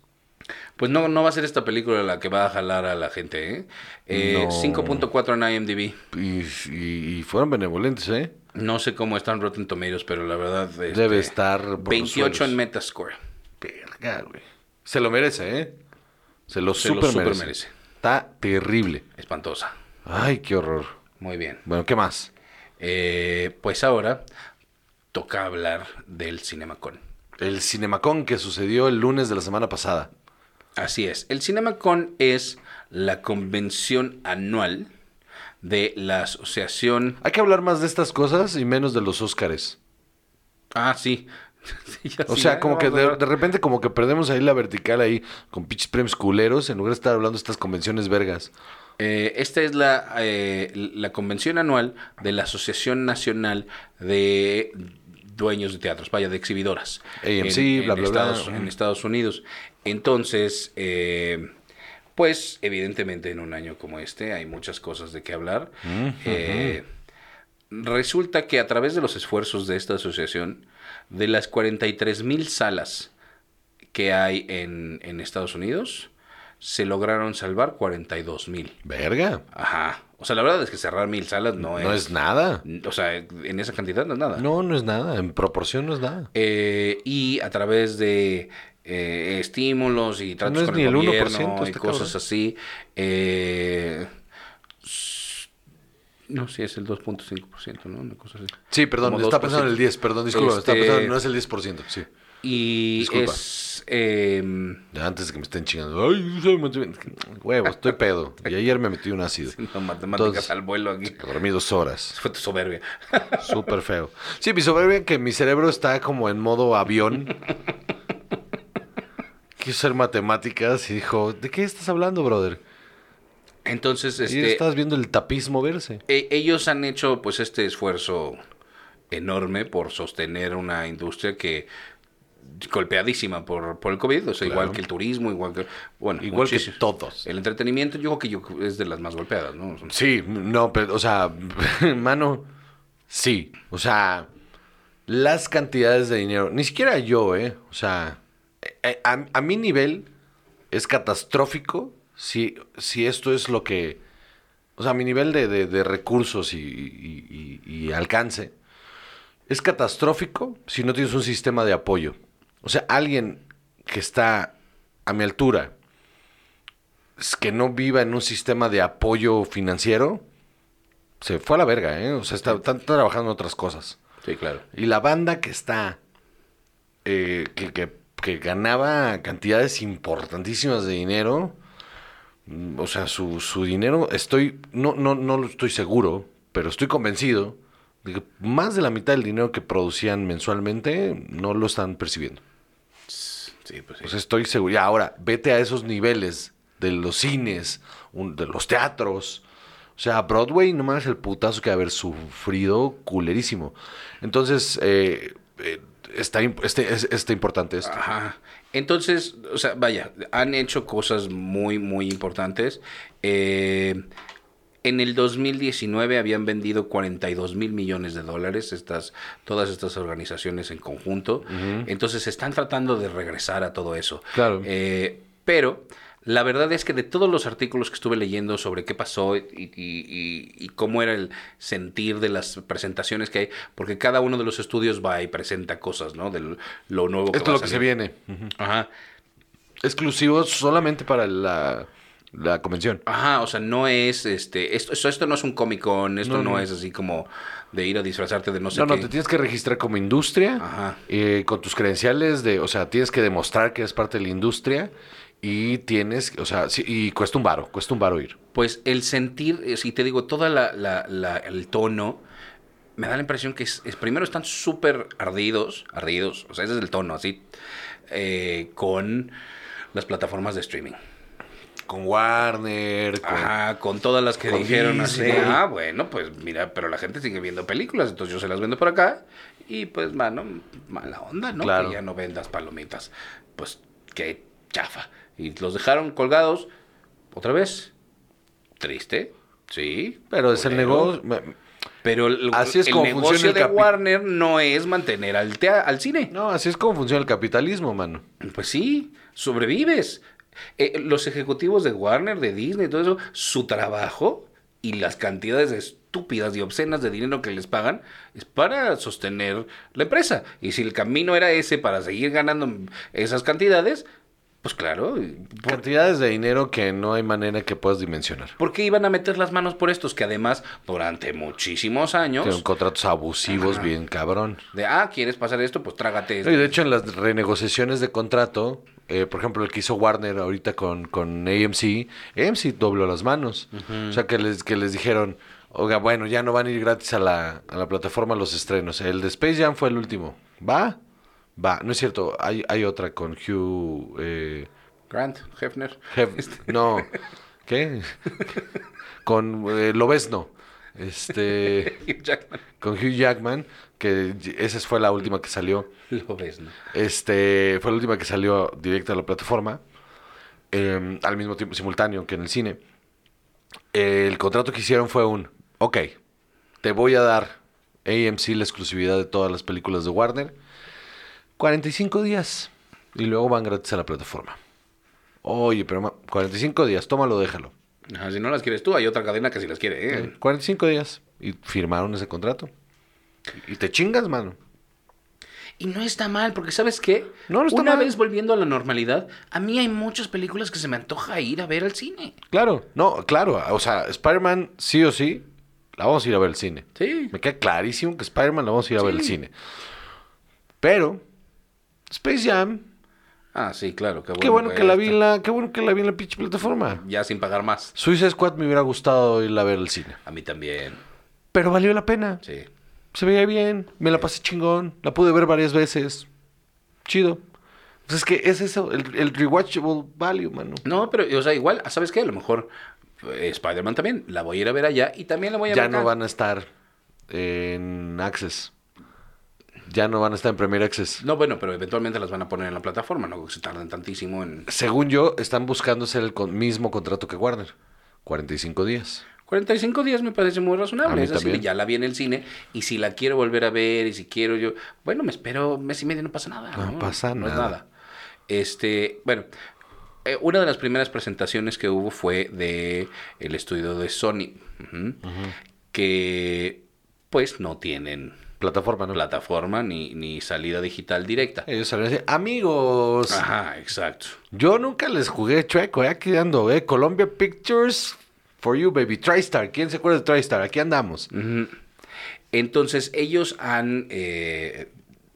E: Pues no, no va a ser esta película la que va a jalar a la gente, ¿eh? Eh,
D: No.
E: 5.4 en IMDb.
D: Y, y- y fueron benevolentes, ¿eh?
E: No sé cómo están Rotten Tomatoes, pero la verdad...
D: Debe estar por los
E: 28 en
D: suelos.
E: Metascore.
D: Verga, güey. Se lo merece, ¿eh? Se lo
E: Se lo
D: super,
E: super
D: merece.
E: merece.
D: Está terrible.
E: Espantosa.
D: Ay, qué horror.
E: Muy bien.
D: Bueno, ¿qué más?
E: Eh, pues ahora toca hablar del CinemaCon.
D: El Cinemacón que sucedió el lunes de la semana pasada.
E: Así es. El CinemaCon es la convención anual de la asociación...
D: Hay que hablar más de estas cosas y menos de los Óscares.
E: Ah, sí. *laughs* Sí, ya
D: O
E: sí,
D: sea,
E: ya,
D: como
E: no
D: que
E: vamos a
D: de,
E: hablar.
D: de repente como que perdemos ahí la vertical ahí con pinches premios culeros en lugar de estar hablando de estas convenciones vergas.
E: Eh, esta es la, eh, la convención anual de la Asociación Nacional de Dueños de Teatros, vaya, de exhibidoras.
D: AMC, bla, bla, bla.
E: Estados, En Estados Unidos. Entonces, eh, pues, evidentemente, en un año como este hay muchas cosas de qué hablar. Eh, resulta que a través de los esfuerzos de esta asociación, de las 43 mil salas que hay en, en Estados Unidos, se lograron salvar 42 mil.
D: Verga.
E: Ajá. O sea, la verdad es que cerrar mil salas no,
D: No,
E: es...
D: es nada.
E: O sea, en esa cantidad no es nada.
D: No, no es nada. En proporción no es nada.
E: Eh, y a través de eh, estímulos y tratos
D: No es
E: con
D: ni
E: el,
D: el 1%
E: gobierno y
D: este
E: cosas
D: cabrón.
E: así. eh, s- no, sí, es el 2.5%, ¿no? Una cosa así.
D: Sí, perdón,
E: Como
D: está
E: 2%.
D: pensando en el 10, perdón, disculpa, está
E: Este,
D: pensando, no es el 10%, sí.
E: Y
D: Disculpa.
E: es... em, *laughs*
D: Ya Antes de que me estén chingando, ay, se me- se me- huevo, estoy pedo. Y ayer me metí un ácido.
E: no, matemáticas
D: Entonces,
E: al vuelo aquí.
D: dormí dos horas.
E: Fue tu soberbia. *laughs*
D: Súper feo. Sí, mi soberbia que mi cerebro está como en modo avión. Quiso hacer matemáticas y dijo, ¿de qué estás hablando, brother?
E: Entonces,
D: Y
E: este...
D: estás viendo el tapiz moverse.
E: E- ellos han hecho pues este esfuerzo enorme por sostener una industria que golpeadísima por, por el COVID, o sea,
D: Claro.
E: igual que el turismo, igual que bueno,
D: Igual que
E: muchísimo.
D: todos.
E: El entretenimiento yo creo que yo- es de las más golpeadas, ¿no?
D: Sí, no, pero, o sea, *laughs* mano, sí. O sea, las cantidades de dinero, ni siquiera yo, ¿eh? O sea, eh, a, a mi nivel es catastrófico si, si esto es lo que... O sea, mi nivel de, de- de recursos y, y- y- y alcance es catastrófico si no tienes un sistema de apoyo. O sea, alguien que está a mi altura, es que no viva en un sistema de apoyo financiero, se fue a la verga, ¿eh? O sea, está- están trabajando en otras cosas.
E: Sí, claro.
D: Y la banda que está, eh, que, que- que ganaba cantidades importantísimas de dinero, mm, o sea, su, su dinero, estoy, no, no, no lo estoy seguro, pero estoy convencido de que más de la mitad del dinero que producían mensualmente no lo están percibiendo.
E: Sí, pues sí.
D: Pues estoy seguro. Y ahora, vete a esos niveles de los cines, un- de los teatros. O sea, Broadway no más el putazo que haber sufrido culerísimo. Entonces, eh, eh, está, imp- este, es- está importante esto.
E: Ajá. Entonces, o sea, vaya, han hecho cosas muy, muy importantes. Eh, en el 2019 habían vendido 42 mil millones de dólares estas, todas estas organizaciones en conjunto. Entonces están tratando de regresar a todo eso.
D: Claro.
E: Eh, pero la verdad es que de todos los artículos que estuve leyendo sobre qué pasó y, y- y- y cómo era el sentir de las presentaciones que hay, porque cada uno de los estudios va y presenta cosas, ¿no? De lo- lo nuevo
D: Esto es
E: va
D: lo
E: a
D: que se
E: salir.
D: viene.
E: Ajá.
D: Exclusivo solamente para la, la convención.
E: Ajá, o sea, no es este. Esto, esto, esto no es un Comic Con, esto no,
D: No, no.
E: es así como de ir a disfrazarte de no sé
D: No,
E: qué.
D: no, te tienes que registrar como industria,
E: Ajá.
D: eh, con tus credenciales de, o sea, tienes que demostrar que eres parte de la industria y tienes, o sea, sí, y cuesta un varo, cuesta un varo ir.
E: Pues el sentir, eh, si te digo, toda la, la- la- el tono, me da la impresión que es, es- primero están súper ardidos, ardidos, o sea, ese es el tono, así, eh, con las plataformas de streaming.
D: con Warner, con-
E: Ajá, con todas las que
D: Con
E: dijeron así. de,
D: Disney.
E: ah, bueno, pues mira, pero la gente sigue viendo películas, entonces yo se las vendo por acá. Y pues, mano, mala onda, ¿no?
D: Claro.
E: Que ya no vendas palomitas. Pues qué chafa. Y los dejaron colgados otra vez. Triste, sí.
D: pero es el
E: culero.
D: negocio. me-
E: Pero el,
D: Así es
E: el
D: como funciona
E: negocio
D: el
E: de
D: capi-
E: Warner no es mantener al, tea- al cine.
D: No, así es como funciona el capitalismo, mano.
E: Pues sí, sobrevives. Eh, los ejecutivos de Warner, de Disney, todo eso, su trabajo y las cantidades estúpidas y obscenas de dinero que les pagan es para sostener la empresa. Y si el camino era ese para seguir ganando esas cantidades, pues claro, ¿por,
D: Cantidades de dinero que no hay manera que puedas dimensionar.
E: por qué iban a meter las manos por estos que además durante muchísimos
D: Tienen
E: años...
D: contratos abusivos,
E: Ajá.
D: bien cabrón.
E: De, ah, ¿quieres pasar esto? Pues trágate
D: No,
E: esto.
D: Y de hecho, en las renegociaciones de contrato, eh, por ejemplo, el que hizo Warner ahorita con, con AMC, AMC dobló las manos. O sea, que les, que les dijeron, oiga, bueno, ya no van a ir gratis a la, a la plataforma los estrenos. El de Space Jam fue el último. ¿Va? Va. No es cierto, hay, hay otra con Hugh... eh,
E: Grant,
D: *laughs*
E: Hefner.
D: Hef- No. ¿Qué? con eh, Lobezno. Este...
E: Hugh Jackman.
D: Con Hugh Jackman, que esa fue la última que salió.
E: Lo ves, ¿no?
D: Este fue la última que salió directa a la plataforma, eh, al mismo tiempo simultáneo que en el cine. El contrato que hicieron fue un, ok, te voy a dar AMC la exclusividad de todas las películas de Warner, 45 días y luego van gratis a la plataforma. Oye, pero ma- 45 días, tómalo, déjalo.
E: Ajá, si no las quieres tú, hay otra cadena que sí las quiere.
D: Mm.
E: ¿eh?
D: 45 días y firmaron ese contrato. Y te chingas, mano.
E: Y no está mal, porque ¿sabes qué?
D: No, no está
E: Una
D: mal.
E: vez volviendo a la normalidad, a mí hay muchas películas que se me antoja ir a ver al cine.
D: Claro, no, claro. O sea, Spider-Man sí o sí la vamos a ir a ver al cine.
E: Sí.
D: Me queda clarísimo que Spider-Man la vamos a ir a ver al
E: Sí.
D: cine. Pero Space Jam,
E: Ah, sí, claro. Qué bueno,
D: qué bueno
E: güey,
D: que la vi en
E: está-
D: la, qué bueno que la vi en la pinche plataforma.
E: Ya sin pagar más.
D: Suicide Squad me hubiera gustado irla a ver al cine,
E: A mí también,
D: pero valió la pena.
E: sí.
D: Se veía bien, me la pasé chingón, la pude ver varias veces. Chido. Pues es que es eso, el, el rewatchable value, mano.
E: No, pero, o sea, igual, ¿sabes qué? A lo mejor eh, Spider-Man también. La voy a ir a ver allá y también la voy a ver
D: ya
E: acá.
D: no van a estar en Access. Ya no van a estar en Premier Access.
E: No, bueno, pero eventualmente las van a poner en la plataforma, no que se tarden tantísimo en...
D: Según yo, están buscando hacer el con- mismo contrato que Warner. 45 días.
E: 45 días me parece muy
D: A
E: razonable.
D: mí
E: Es así,
D: también.
E: ya la vi en el cine y si la quiero volver a ver y si quiero yo, bueno, me espero mes y medio, no pasa nada.
D: No pasa
E: No es
D: nada.
E: nada. Este, bueno, eh, una de las primeras presentaciones que hubo fue de el estudio de Sony, ujú, que pues no tienen
D: Plataforma, ¿no?
E: plataforma ni, ni salida digital directa.
D: Ellos salieron así, amigos,
E: Ajá, exacto.
D: Ah. yo nunca les jugué chueco, eh, aquí ando, eh, Colombia Pictures for you, baby, TriStar, ¿quién se acuerda de TriStar? Aquí andamos.
E: Ujú. Entonces ellos han eh,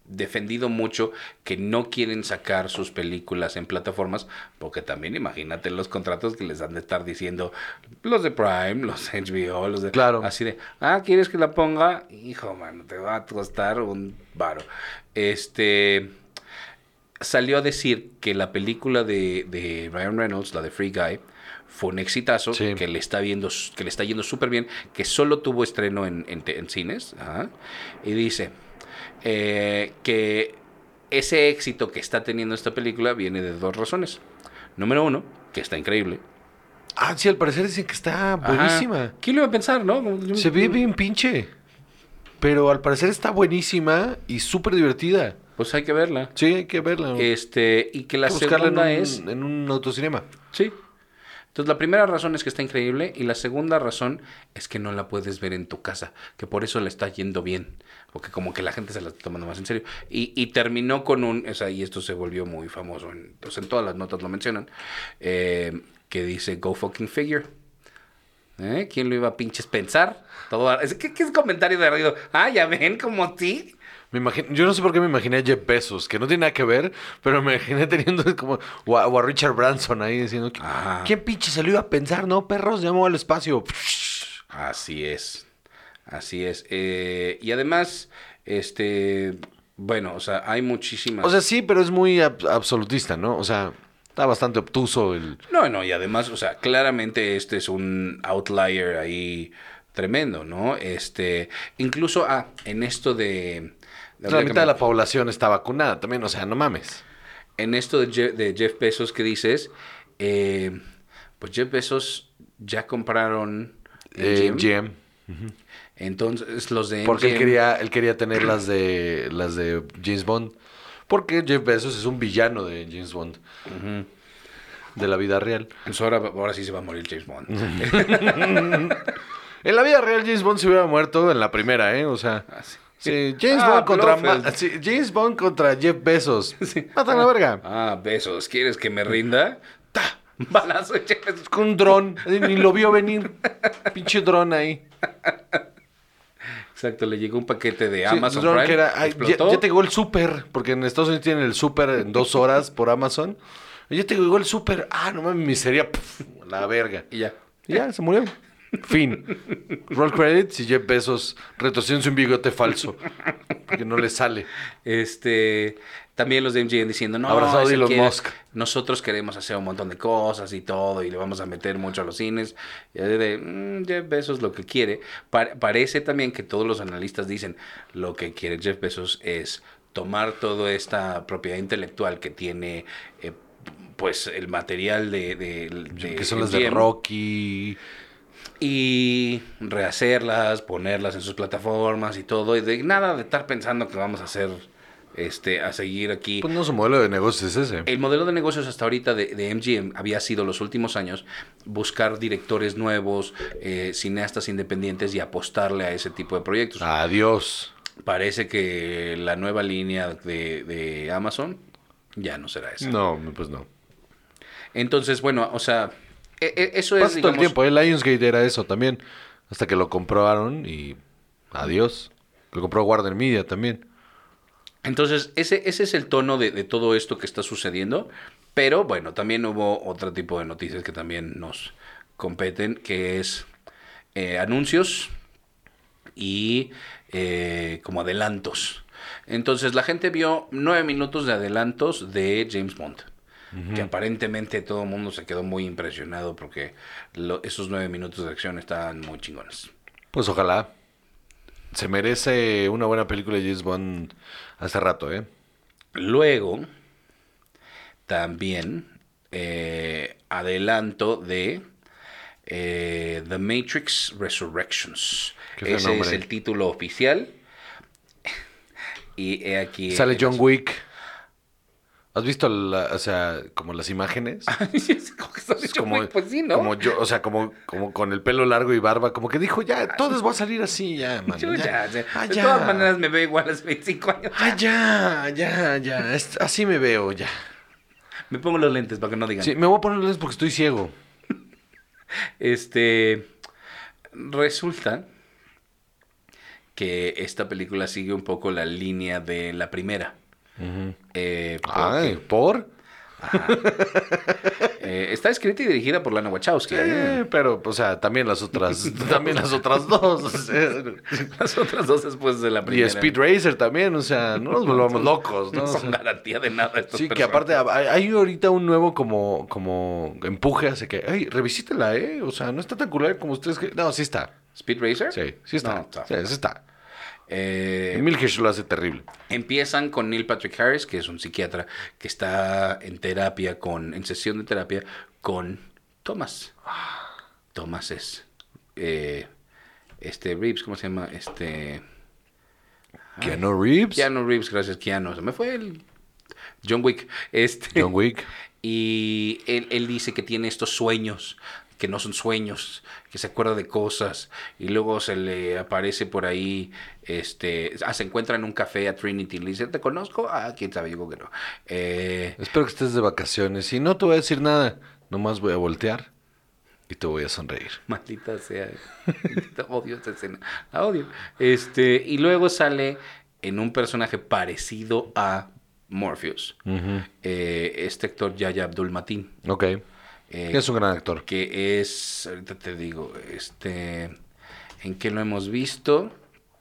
E: defendido mucho que no quieren sacar sus películas en plataformas, porque también imagínate los contratos que les han de estar diciendo los de Prime, los HBO, los de...
D: Claro.
E: Así de, ah, ¿quieres que la ponga? Hijo, mano, te va a costar un varo. Este... Salió a decir que la película de, de Ryan Reynolds, la de Free Guy, fue un exitazo,
D: Sí.
E: que le está viendo, que le está yendo súper bien, que solo tuvo estreno en, en te- en cines, ajá, y dice eh, que ese éxito que está teniendo esta película viene de dos razones. Número uno, que está increíble.
D: Ah, sí, al parecer dicen que está
E: Ajá.
D: buenísima.
E: ¿Quién lo iba a pensar, no?
D: Se ve bien pinche, pero al parecer está buenísima y súper divertida.
E: Pues hay que verla.
D: Sí, hay que verla. Hay
E: Este, y que la
D: que buscarla en un,
E: segunda es...
D: en un autocinema.
E: Sí. Entonces, la primera razón es que está increíble y la segunda razón es que no la puedes ver en tu casa, que por eso le está yendo bien, porque como que la gente se la está tomando más en serio. Y, y terminó con un, o sea, y esto se volvió muy famoso, en, o sea, en todas las notas lo mencionan, eh, que dice Go fucking figure. ¿Eh? ¿Quién lo iba a pinches pensar? Todo, es- ¿qué, ¿Qué es comentario de ruido? Ah, ya ven, como ti.
D: Me imagino, yo no sé por qué me imaginé a Jeff Bezos, que no tiene nada que ver, pero me imaginé teniendo *laughs* como o a, o a Richard Branson ahí diciendo, "¿Qui-
E: Ajá.
D: ¿quién pinche se lo iba a pensar, no, perros? Ya me voy al espacio.
E: Así es. Así es. Eh, y además, este, bueno, o sea, hay muchísimas.
D: O sea, sí, pero es muy ab- absolutista, ¿no? O sea, Está bastante obtuso el...
E: No, no, y además, o sea, claramente este es un outlier ahí tremendo, ¿no? Este, incluso, ah, en esto de...
D: La mitad de la población está vacunada también, o sea, no mames.
E: En esto de Je- de Jeff, Bezos que dices, eh, pues Jeff Bezos ya compraron
D: Eh,
E: MGM.
D: GM.
E: Entonces, los de
D: Porque él
E: MGM
D: quería, él quería tener las de las de James Bond. Porque Jeff Bezos es un villano de James Bond. De la vida real.
E: Pues ahora, ahora sí se va a morir
D: *laughs*
E: James Bond.
D: En la vida real James Bond se hubiera muerto en la primera, ¿eh? O sea, sí, James,
E: Ah,
D: Bond contra
E: Blofeld.
D: Ma- sí, James Bond contra Jeff
E: *laughs*
D: Bezos. Matan a la verga.
E: ah, besos. ¿Quieres que me rinda? ¡Ta! *laughs* Balazo de Jeff Bezos.
D: Con un dron. eh, Ni lo vio
E: *laughs*
D: venir. Pinche dron ahí.
E: Exacto, le llegó un paquete de
D: Sí,
E: Amazon
D: dron
E: Prime.
D: que era, ay, ya,
E: explotó.
D: ya te llegó el súper, porque en Estados Unidos tienen el súper en dos horas por Amazon. Ya te llegó el súper. Ah, no mames, miseria. pf, la verga.
E: Y ya.
D: Y ya, se murió. Fin. Roll credits y Jeff Bezos retorciéndose un bigote falso. Porque no le sale.
E: Este, también los de MGM diciendo, no,
D: Abrazado
E: ese
D: Elon
E: quiere-
D: Musk.
E: nosotros queremos hacer un montón de cosas y todo, y le vamos a meter mucho a los cines. Y así de, "Mm, Jeff Bezos lo que quiere. Pa- parece también que todos los analistas dicen, lo que quiere Jeff Bezos es tomar toda esta propiedad intelectual que tiene, eh, pues, el material de... de- de
D: que son las de
E: MGM,
D: Rocky.
E: y rehacerlas, ponerlas en sus plataformas y todo, y de nada de estar pensando que vamos a hacer, este, a seguir aquí.
D: Pues no, su modelo de negocio es ese.
E: El modelo de negocios hasta ahorita de, de MGM había sido los últimos años buscar directores nuevos, eh, cineastas independientes y apostarle a ese tipo de proyectos.
D: Ah. Adiós.
E: Parece que la nueva línea de, de Amazon ya no será esa.
D: No, pues no.
E: Entonces, bueno, o sea, e- e- eso es...
D: Pasa todo el
E: digamos,
D: tiempo. El Lionsgate era eso también. Hasta que lo comprobaron y adiós. Lo compró Warner Media también.
E: Entonces, ese, ese es el tono de, de todo esto que está sucediendo. Pero bueno, también hubo otro tipo de noticias que también nos competen, que es eh, anuncios y eh, como adelantos. Entonces, la gente vio nueve minutos de adelantos de James Bond. Que aparentemente todo el mundo se quedó muy impresionado porque lo- esos nueve minutos de acción estaban muy chingones.
D: Pues ojalá. Se merece una buena película de James Bond hace rato, ¿eh?
E: Luego, también eh, adelanto de eh, The Matrix Resurrections.
D: Qué
E: Ese
D: fenómeno.
E: es el título oficial. Y he aquí.
D: Sale John Wick. ¿Has visto, la- o sea, como las imágenes?
E: *laughs* Es como que sale
D: Es
E: John
D: como,
E: Wick, pues sí, ¿no?
D: como yo, o sea, como, como con el pelo largo y barba, como que dijo, ya, todas va a salir así, ya, man.
E: pues Yo ya, o sea,
D: Ah,
E: de
D: ya.
E: todas maneras me veo igual hace 25 años.
D: Ah, ya, ya, ya. es- así me veo, ya.
E: Me pongo los lentes para que no digan.
D: Sí, me voy a poner lentes porque estoy ciego.
E: Este. Resulta que esta película sigue un poco la línea de la primera. Eh, porque,
D: Ay, ¿por?
E: eh, está escrita y dirigida por Lana Wachowski. ¿eh?
D: Eh, pero, o sea, también las
E: *laughs*
D: otras, también las otras dos. o sea,
E: Las otras dos después de la
D: y
E: primera.
D: Speed Racer también, o sea, no nos
E: *laughs*
D: volvamos locos, ¿no?
E: No
D: O sea,
E: son garantía de nada. estas
D: Sí, que
E: personas.
D: aparte hay hay ahorita un nuevo como, como empuje hacia que, ay, revisítela, ¿eh? O sea, no está tan culera como ustedes que... No, sí está.
E: ¿Speed Racer?
D: Sí, sí está.
E: No, está.
D: Sí, sí está.
E: Eh,
D: Emil Hirsch lo hace terrible.
E: Empiezan con Neil Patrick Harris, que es un psiquiatra que está en terapia con, en sesión de terapia con Thomas. Thomas es eh, este Reeves, ¿cómo se llama? Este
D: Ah. Keanu Reeves.
E: Keanu Reeves, gracias Keanu, se me fue el John Wick. Este
D: John Wick.
E: y él, él dice que tiene estos sueños que no son sueños, que se acuerda de cosas y luego se le aparece por ahí, este, ah, se encuentra en un café a Trinity y le dice, ¿te conozco? Ah, quién sabe, yo creo que no. Eh, *laughs*
D: Espero que estés de vacaciones y no te voy a decir nada. Nomás voy a voltear y te voy a sonreír.
E: maldita sea, Te odio esta escena, la odio. Este, y luego sale en un personaje parecido a Morpheus, eh, este actor Yaya Abdul Matin.
D: Ok.
E: eh,
D: Es un gran actor.
E: que es, ahorita te digo, este, ¿en qué lo hemos visto?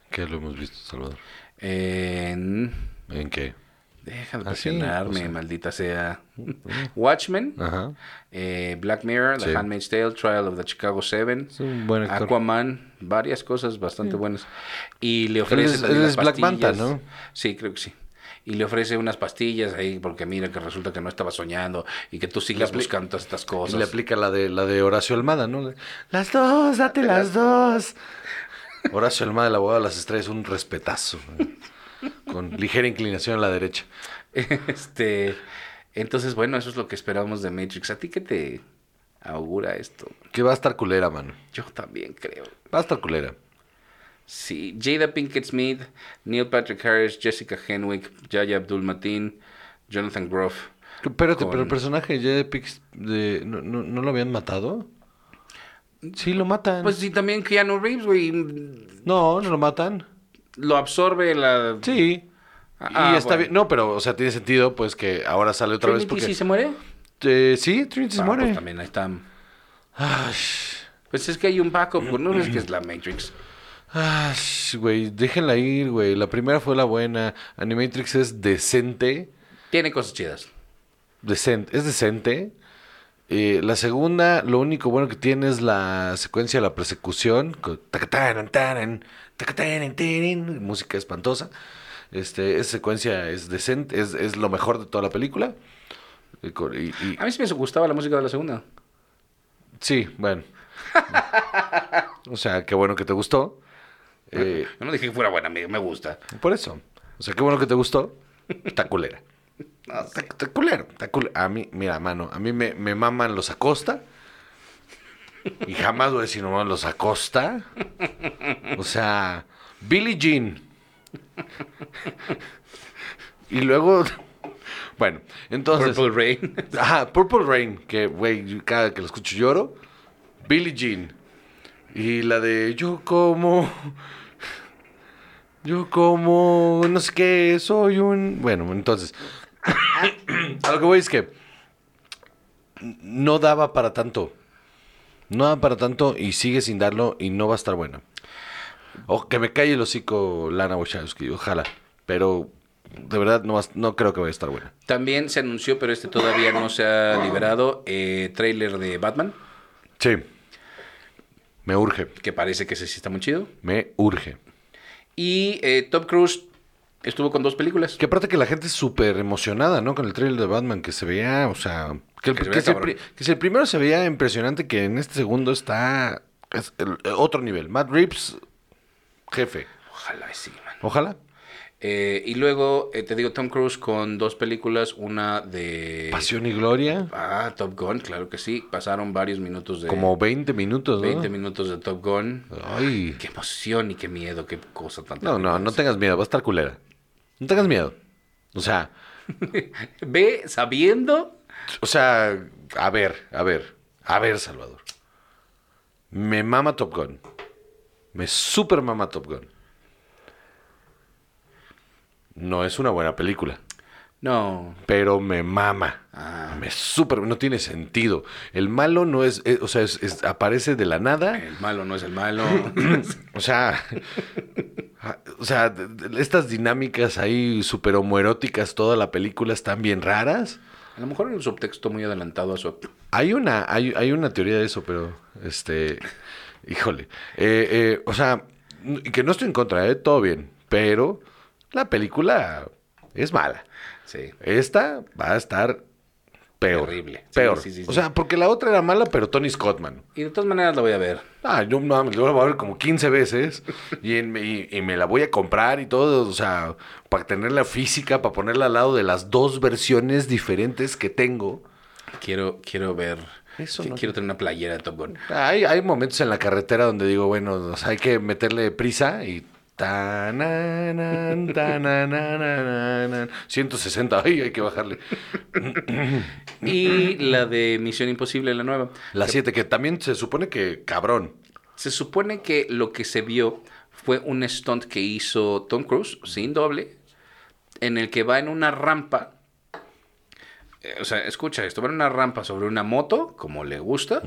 D: ¿Qué lo hemos visto, Salvador?
E: En,
D: ¿En qué?
E: Deja de
D: Así, Ah,
E: presionarme,
D: o sea. Mm,
E: maldita sea. *laughs* Watchmen,
D: Ajá.
E: eh, Black Mirror,
D: Ah. Sí.
E: The Handmaid's Tale, Trial of the Chicago Seven,
D: Es un buen actor.
E: Aquaman, varias cosas bastante buenas. Y le ofrece
D: Él es-
E: también
D: él
E: las
D: es Black Manta,
E: pastillas.
D: ¿no?
E: Sí, creo que sí. Y le ofrece unas pastillas ahí porque mira que resulta que no estaba soñando y que tú sigas buscando todas estas
D: Y
E: cosas.
D: le aplica la de, la de Horacio Almada, ¿no? Las dos, date las dos. Horacio Almada, el abogado de las estrellas, un respetazo. güey. *laughs* Con ligera inclinación a la derecha.
E: *laughs* Este, entonces, bueno, eso es lo que esperamos de Matrix. ¿A ti qué te augura esto?
D: Que va a estar culera, mano.
E: Yo también creo.
D: Va a estar culera.
E: Sí, Jada Pinkett Smith, Neil Patrick Harris, Jessica Henwick, Yaya Abdul Mateen, Jonathan Groff.
D: Espérate,
E: Con-
D: pero el personaje de Jada Pix de, ¿no, no, no lo habían matado? Sí, lo matan.
E: Pues sí, también Keanu Reeves, güey,
D: No, no lo matan.
E: lo absorbe la...
D: Sí.
E: Ah,
D: y está
E: bueno.
D: bien. No, pero, o sea, tiene sentido, pues, que ahora sale otra vez
E: Trinity
D: porque...
E: sí se muere?
D: Eh, sí, Trinity se
E: Ah,
D: muere.
E: Pues también ahí están.
D: Ay,
E: Pues es que hay un backup, güey, no es que es la Matrix.
D: ay, güey, déjenla ir, güey. La primera fue la buena. Animatrix es decente.
E: Tiene cosas chidas.
D: decente, es decente. Eh, la segunda, lo único bueno que tiene es la secuencia de la persecución. con tacataran, taran, tacataran, tirin, Música espantosa. Este, esa secuencia es decente, es, es lo mejor de toda la película. Y co- y- y-
E: A mí sí me gustaba la música de la segunda.
D: sí, bueno. *laughs* o sea, qué bueno que te gustó. Eh,
E: Yo no dije que fuera buena, me, me gusta.
D: por eso. O sea, qué bueno que te gustó. Está culera. Está, está culero, está culero. A mí, mira, mano, a mí me, me maman los Acosta. Y jamás voy a decir, no, mames, los Acosta. O sea, Billie Jean. Y luego, bueno, entonces...
E: Purple Rain.
D: Ajá, Purple Rain, que, güey, yo cada que lo escucho lloro. Billie Jean. Y la de yo como... Yo como... No sé qué, soy un... Bueno, entonces... *coughs* a lo que voy es que... No daba para tanto. No daba para tanto y sigue sin darlo y no va a estar buena. O que me calle el hocico Lana Wachowski, ojalá. Pero de verdad no, va a- no creo que vaya a estar buena.
E: También se anunció, pero este todavía no se ha liberado, eh, trailer de Batman,
D: Sí. Me urge.
E: que parece que ese sí está muy chido.
D: Me urge.
E: Y eh, Tom Cruise estuvo con dos películas.
D: Que aparte que la gente es súper emocionada, ¿no? Con el trailer de Batman que se veía, o sea... Que, el,
E: Que se
D: que
E: veía
D: si el
E: cabrón.
D: pri- que si el primero se veía impresionante, que en este segundo está... es el- eh, otro nivel. Matt Reeves, jefe.
E: Ojalá y sí, man.
D: Ojalá.
E: Eh, y luego, eh, te digo, Tom Cruise con dos películas, una de...
D: Pasión y Gloria.
E: Ah, Top Gun, claro que sí. Pasaron varios minutos de...
D: Como 20 minutos, ¿no?
E: 20 minutos de Top Gun.
D: Ay.
E: Qué emoción y qué miedo, qué cosa tan...
D: No, no, no tengas miedo. Va a estar culera. No tengas miedo. O sea...
E: Ve sabiendo...
D: O sea, a ver, a ver, a ver, Salvador. Me mama Top Gun. Me super mama Top Gun. No es una buena película,
E: No.
D: pero me mama. Me super, no tiene sentido. El malo no es, eh, o sea, es- es- aparece de la nada.
E: El malo no es
D: *laughs*
E: el malo.
D: O sea, *laughs* a- o sea, d- d- estas dinámicas ahí super homoeróticas, toda la película están bien raras.
E: A lo mejor era un subtexto muy adelantado a su...
D: Hay una, hay, hay una teoría de eso, pero este, híjole. Eh, eh, o sea, n- que no estoy en contra, ¿eh? todo bien, pero la película es mala.
E: Sí.
D: Esta va a estar peor.
E: Terrible. Sí,
D: Peor.
E: sí, sí,
D: O
E: sí.
D: sea, porque la otra era mala, pero Tony Scottman.
E: Y de todas maneras la voy a ver.
D: Ah, yo no, mames, yo la voy a ver como 15 veces y, en- y- y me la voy a comprar y todo, o sea, para tenerla física, para ponerla al lado de las dos versiones diferentes que tengo.
E: Quiero, quiero ver.
D: Eso
E: qui-
D: no.
E: Quiero tener una playera de Top Gun.
D: Hay, hay momentos en la carretera donde digo, bueno, o sea, hay que meterle prisa y... tananan, tananananan, 160, ay, hay que bajarle. Mm.
E: Y la de Misión Imposible, la nueva.
D: La 7, que también se supone que cabrón.
E: Se supone que lo que se vio fue un stunt que hizo Tom Cruise, sin doble, en el que va en una rampa. Eh, O sea, escucha
D: Mm.
E: esto, va en una rampa sobre una moto, como le gusta,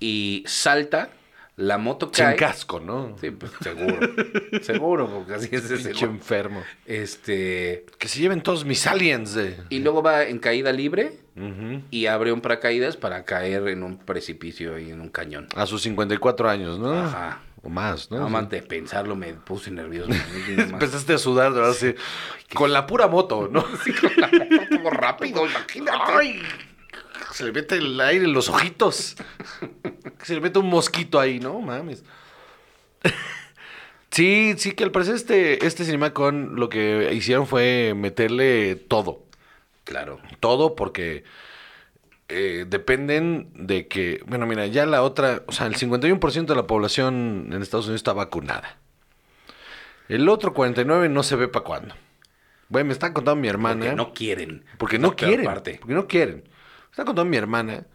E: y salta La moto
D: Sin
E: cae.
D: casco, ¿no?
E: Sí, pues, seguro. seguro, porque así es ese.
D: Pinche
E: güey.
D: enfermo.
E: Este.
D: Que se lleven todos mis aliens. eh.
E: Y luego va en caída libre
D: Ujú.
E: y abre un paracaídas para caer en un precipicio y en un cañón.
D: A sus 54 años, ¿no?
E: Ajá.
D: O más, ¿no?
E: Nada más de pensarlo me puse
D: *laughs*
E: nervioso. Nada más.
D: Empezaste a sudar, de ¿verdad? Así, con la pura moto, ¿no?
E: Así con la moto como rápido, imagínate.
D: ¡Ay! Se le mete el aire en los ojitos. Se le mete un mosquito ahí, ¿no? Mames. Sí, sí, que al parecer este, este cinema con lo que hicieron fue meterle todo.
E: Claro.
D: Todo porque eh, dependen de que, bueno, mira, ya la otra, o sea, el 51% de la población en Estados Unidos está vacunada. El otro 49% no se ve para cuándo. Bueno, me está contando mi hermana.
E: Porque no quieren.
D: Porque no
E: Esa peor
D: quieren.
E: parte.
D: Porque no quieren. Está contando mi hermana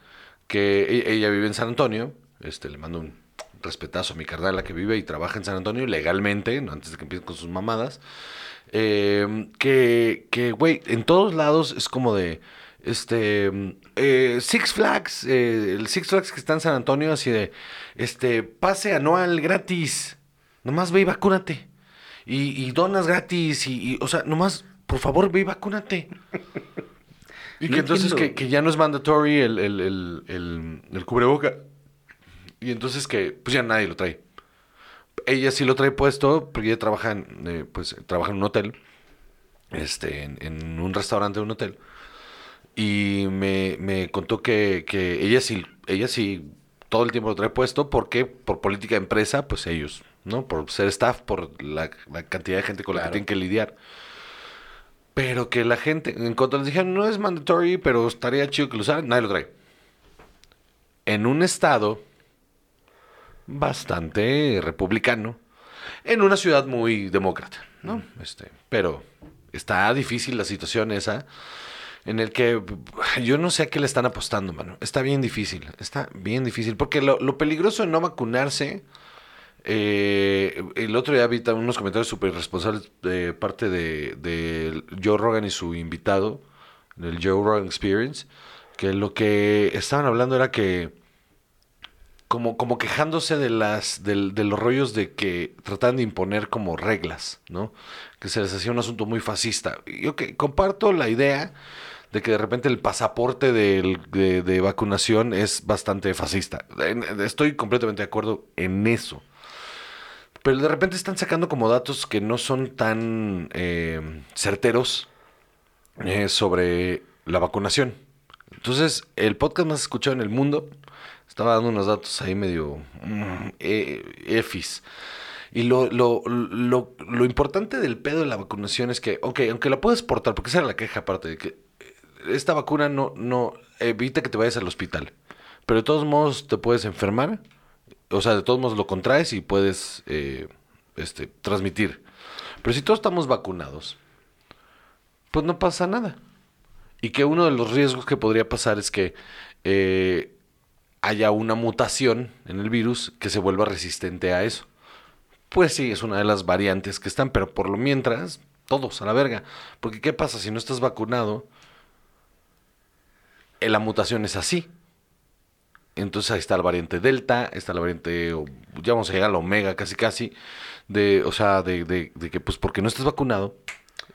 D: que e- ella vive en San Antonio. Este, le mando un respetazo a mi carnala que vive y trabaja en San Antonio legalmente, ¿no? antes de que empiecen con sus mamadas. Eh, que, que, güey, en todos lados es como de. Este. eh, Six Flags. eh, el Six Flags que está en San Antonio, así de. Este. Pase anual gratis. Nomás ve y vacúnate. Y, y donas gratis. Y, y, o sea, nomás, por favor, ve y vacúnate. Y que
E: No
D: entonces que,
E: entiendo.
D: que ya no es mandatory el, el, el, el, el cubreboca. Y entonces que, pues ya nadie lo trae. Ella sí lo trae puesto, porque ella trabaja en, eh, pues, trabaja en un hotel, este, en, en un restaurante de un hotel. Y me, me contó que, que ella sí, ella sí todo el tiempo lo trae puesto porque por política de empresa, pues ellos, ¿no? Por ser staff, por la, la cantidad de gente con la que
E: Claro.
D: tienen que lidiar. Pero que la gente, en cuanto les dijeron, no es mandatory, pero estaría chido que lo usaran, nadie lo trae. En un estado bastante republicano, en una ciudad muy demócrata, ¿no? Este, pero está difícil la situación esa en el que yo no sé a qué le están apostando, mano. Está bien difícil, está bien difícil. Porque lo, lo peligroso de no vacunarse, eh, el otro día vi tam- unos comentarios súper irresponsables de parte de, de Joe Rogan y su invitado, del Joe Rogan Experience, que lo que estaban hablando era que como, como quejándose de las del- de los rollos de que tratan de imponer como reglas, ¿no? Que se les hacía un asunto muy fascista. Y Yo que comparto la idea de que de repente el pasaporte del- de, de vacunación es bastante fascista. En- Estoy completamente de acuerdo en eso. Pero de repente están sacando como datos que no son tan eh, certeros eh, sobre la vacunación. Entonces, el podcast más escuchado en el mundo estaba dando unos datos ahí medio mm, eh, efis. Y lo, lo, lo, lo importante del pedo de la vacunación es que, ok, aunque la puedes portar, porque esa era la queja aparte, de que eh, esta vacuna no, no evita que te vayas al hospital. Pero de todos modos te puedes enfermar, o sea, de todos modos lo contraes y puedes eh, este, transmitir. Pero si todos estamos vacunados, pues no pasa nada. Y que uno de los riesgos que podría pasar es que eh, haya una mutación en el virus que se vuelva resistente a eso. Pues sí, es una de las variantes que están, pero por lo mientras, todos a la verga. Porque ¿qué pasa si no estás vacunado? Eh, La mutación es así. Entonces ahí está la variante Delta, está la variante, o- ya vamos a llegar a la Omega casi casi, de, o sea, de, de- de que pues porque no estás vacunado,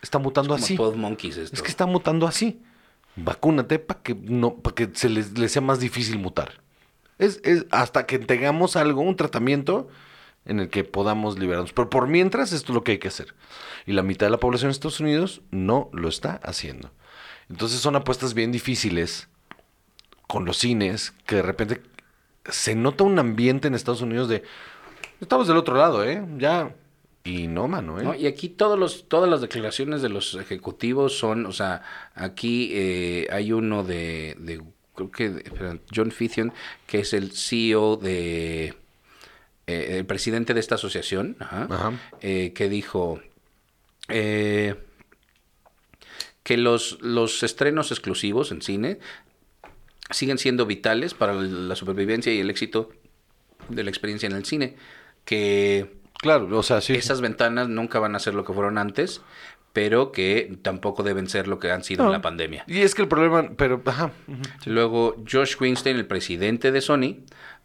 D: está mutando
E: Como
D: así.
E: Pod Monkeys esto.
D: Es que está mutando así. Vacúnate para que no, para que se les, les sea más difícil mutar. Es, es hasta que tengamos algo, un tratamiento en el que podamos liberarnos. Pero por mientras, esto es lo que hay que hacer. Y la mitad de la población de Estados Unidos no lo está haciendo. Entonces son apuestas bien difíciles con los cines, que de repente se nota un ambiente en Estados Unidos de estamos del otro lado, ¿eh? Ya. Y no, mano, ¿eh?
E: ¿no? Y aquí todos los, todas las declaraciones de los ejecutivos son, o sea, aquí eh, hay uno de, de- creo que, de- espera, John Fithion, que es el CEO de, eh, el presidente de esta asociación, ajá,
D: Ajá.
E: eh, que dijo eh, que los, los estrenos exclusivos en cine siguen siendo vitales para la supervivencia y el éxito de la experiencia en el cine, que
D: Claro, o sea, sí.
E: esas ventanas nunca van a ser lo que fueron antes, pero que tampoco deben ser lo que han sido en la pandemia.
D: Y es que el problema, pero, ajá. ujú.
E: Luego, Josh Weinstein, el presidente de Sony,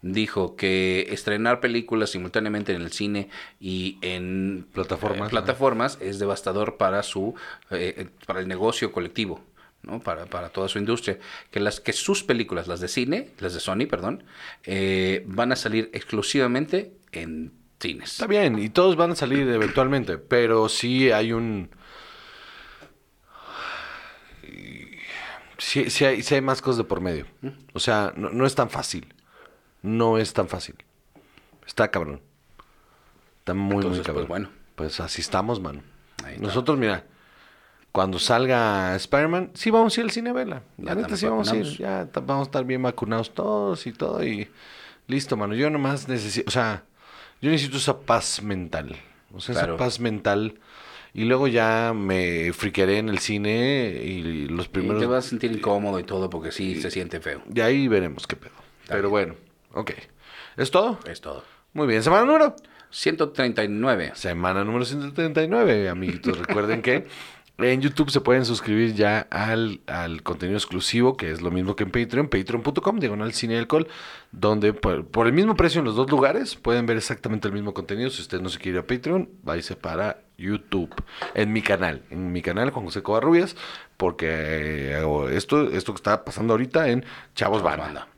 E: dijo que estrenar películas simultáneamente en el cine y en
D: Plataformas,
E: eh, plataformas es devastador para su eh, eh, para el negocio colectivo. ¿no? Para, para toda su industria, que las que sus películas, las de cine, las de Sony, perdón, eh, van a salir exclusivamente en cines.
D: Está bien, y todos van a salir eventualmente, pero sí hay un... Sí, sí hay, sí hay más cosas de por medio. O sea, no, no es tan fácil. No es tan fácil. Está cabrón. Está muy, muy
E: Entonces,
D: cabrón.
E: pues, bueno.
D: Pues así estamos, mano.
E: Ahí está.
D: Nosotros, mira, cuando salga Spider-Man, sí vamos a ir al cine a verla. La
E: Ya
D: neta
E: también
D: sí vamos a ir.
E: vacunamos.
D: Ya ta- vamos a estar bien vacunados todos y todo. Y listo, mano. Yo nomás necesito, o sea, yo necesito esa paz mental. O sea,
E: Claro.
D: esa paz mental. Y luego ya me friquearé en el cine y los
E: Primero,
D: primeros...
E: te vas a sentir incómodo y todo porque sí se siente feo.
D: De ahí veremos qué pedo. Pero bueno, ok. ¿Es todo?
E: Es todo.
D: Muy bien. ¿Semana número?
E: 139.
D: Semana número 139, amiguitos. Recuerden que en YouTube se pueden suscribir ya al, al contenido exclusivo, que es lo mismo que en Patreon, patreon.com, diagonal cine y alcohol, donde por, por el mismo precio en los dos lugares pueden ver exactamente el mismo contenido. Si usted no se quiere ir a Patreon, váyase para YouTube, en mi canal, en mi canal Juan José Covarrubias, porque eh, hago esto, esto que está pasando ahorita en Chavos Banda.
E: Banda.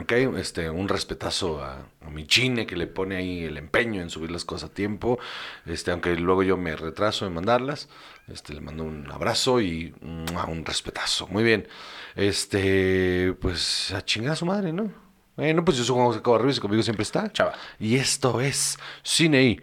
D: Ok, este, un respetazo a, a mi chine que le pone ahí el empeño en subir las cosas a tiempo. Este, aunque luego yo me retraso en mandarlas. Este, le mando un abrazo y ¡mua! un respetazo. Muy bien. Este, pues a chingar a su madre, ¿no? Bueno, pues yo soy Juan José Cabo y conmigo siempre está.
E: Chava.
D: Y esto es Cine y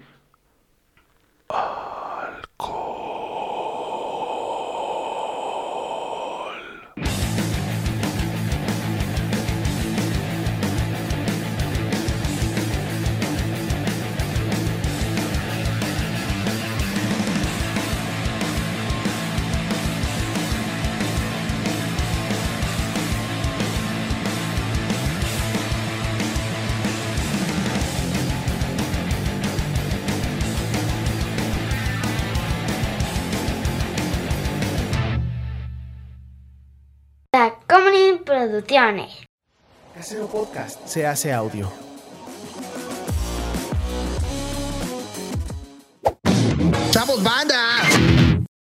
A: Tacomunin Producciones.
B: Casero Podcast se hace audio.
C: ¡Chavos, banda!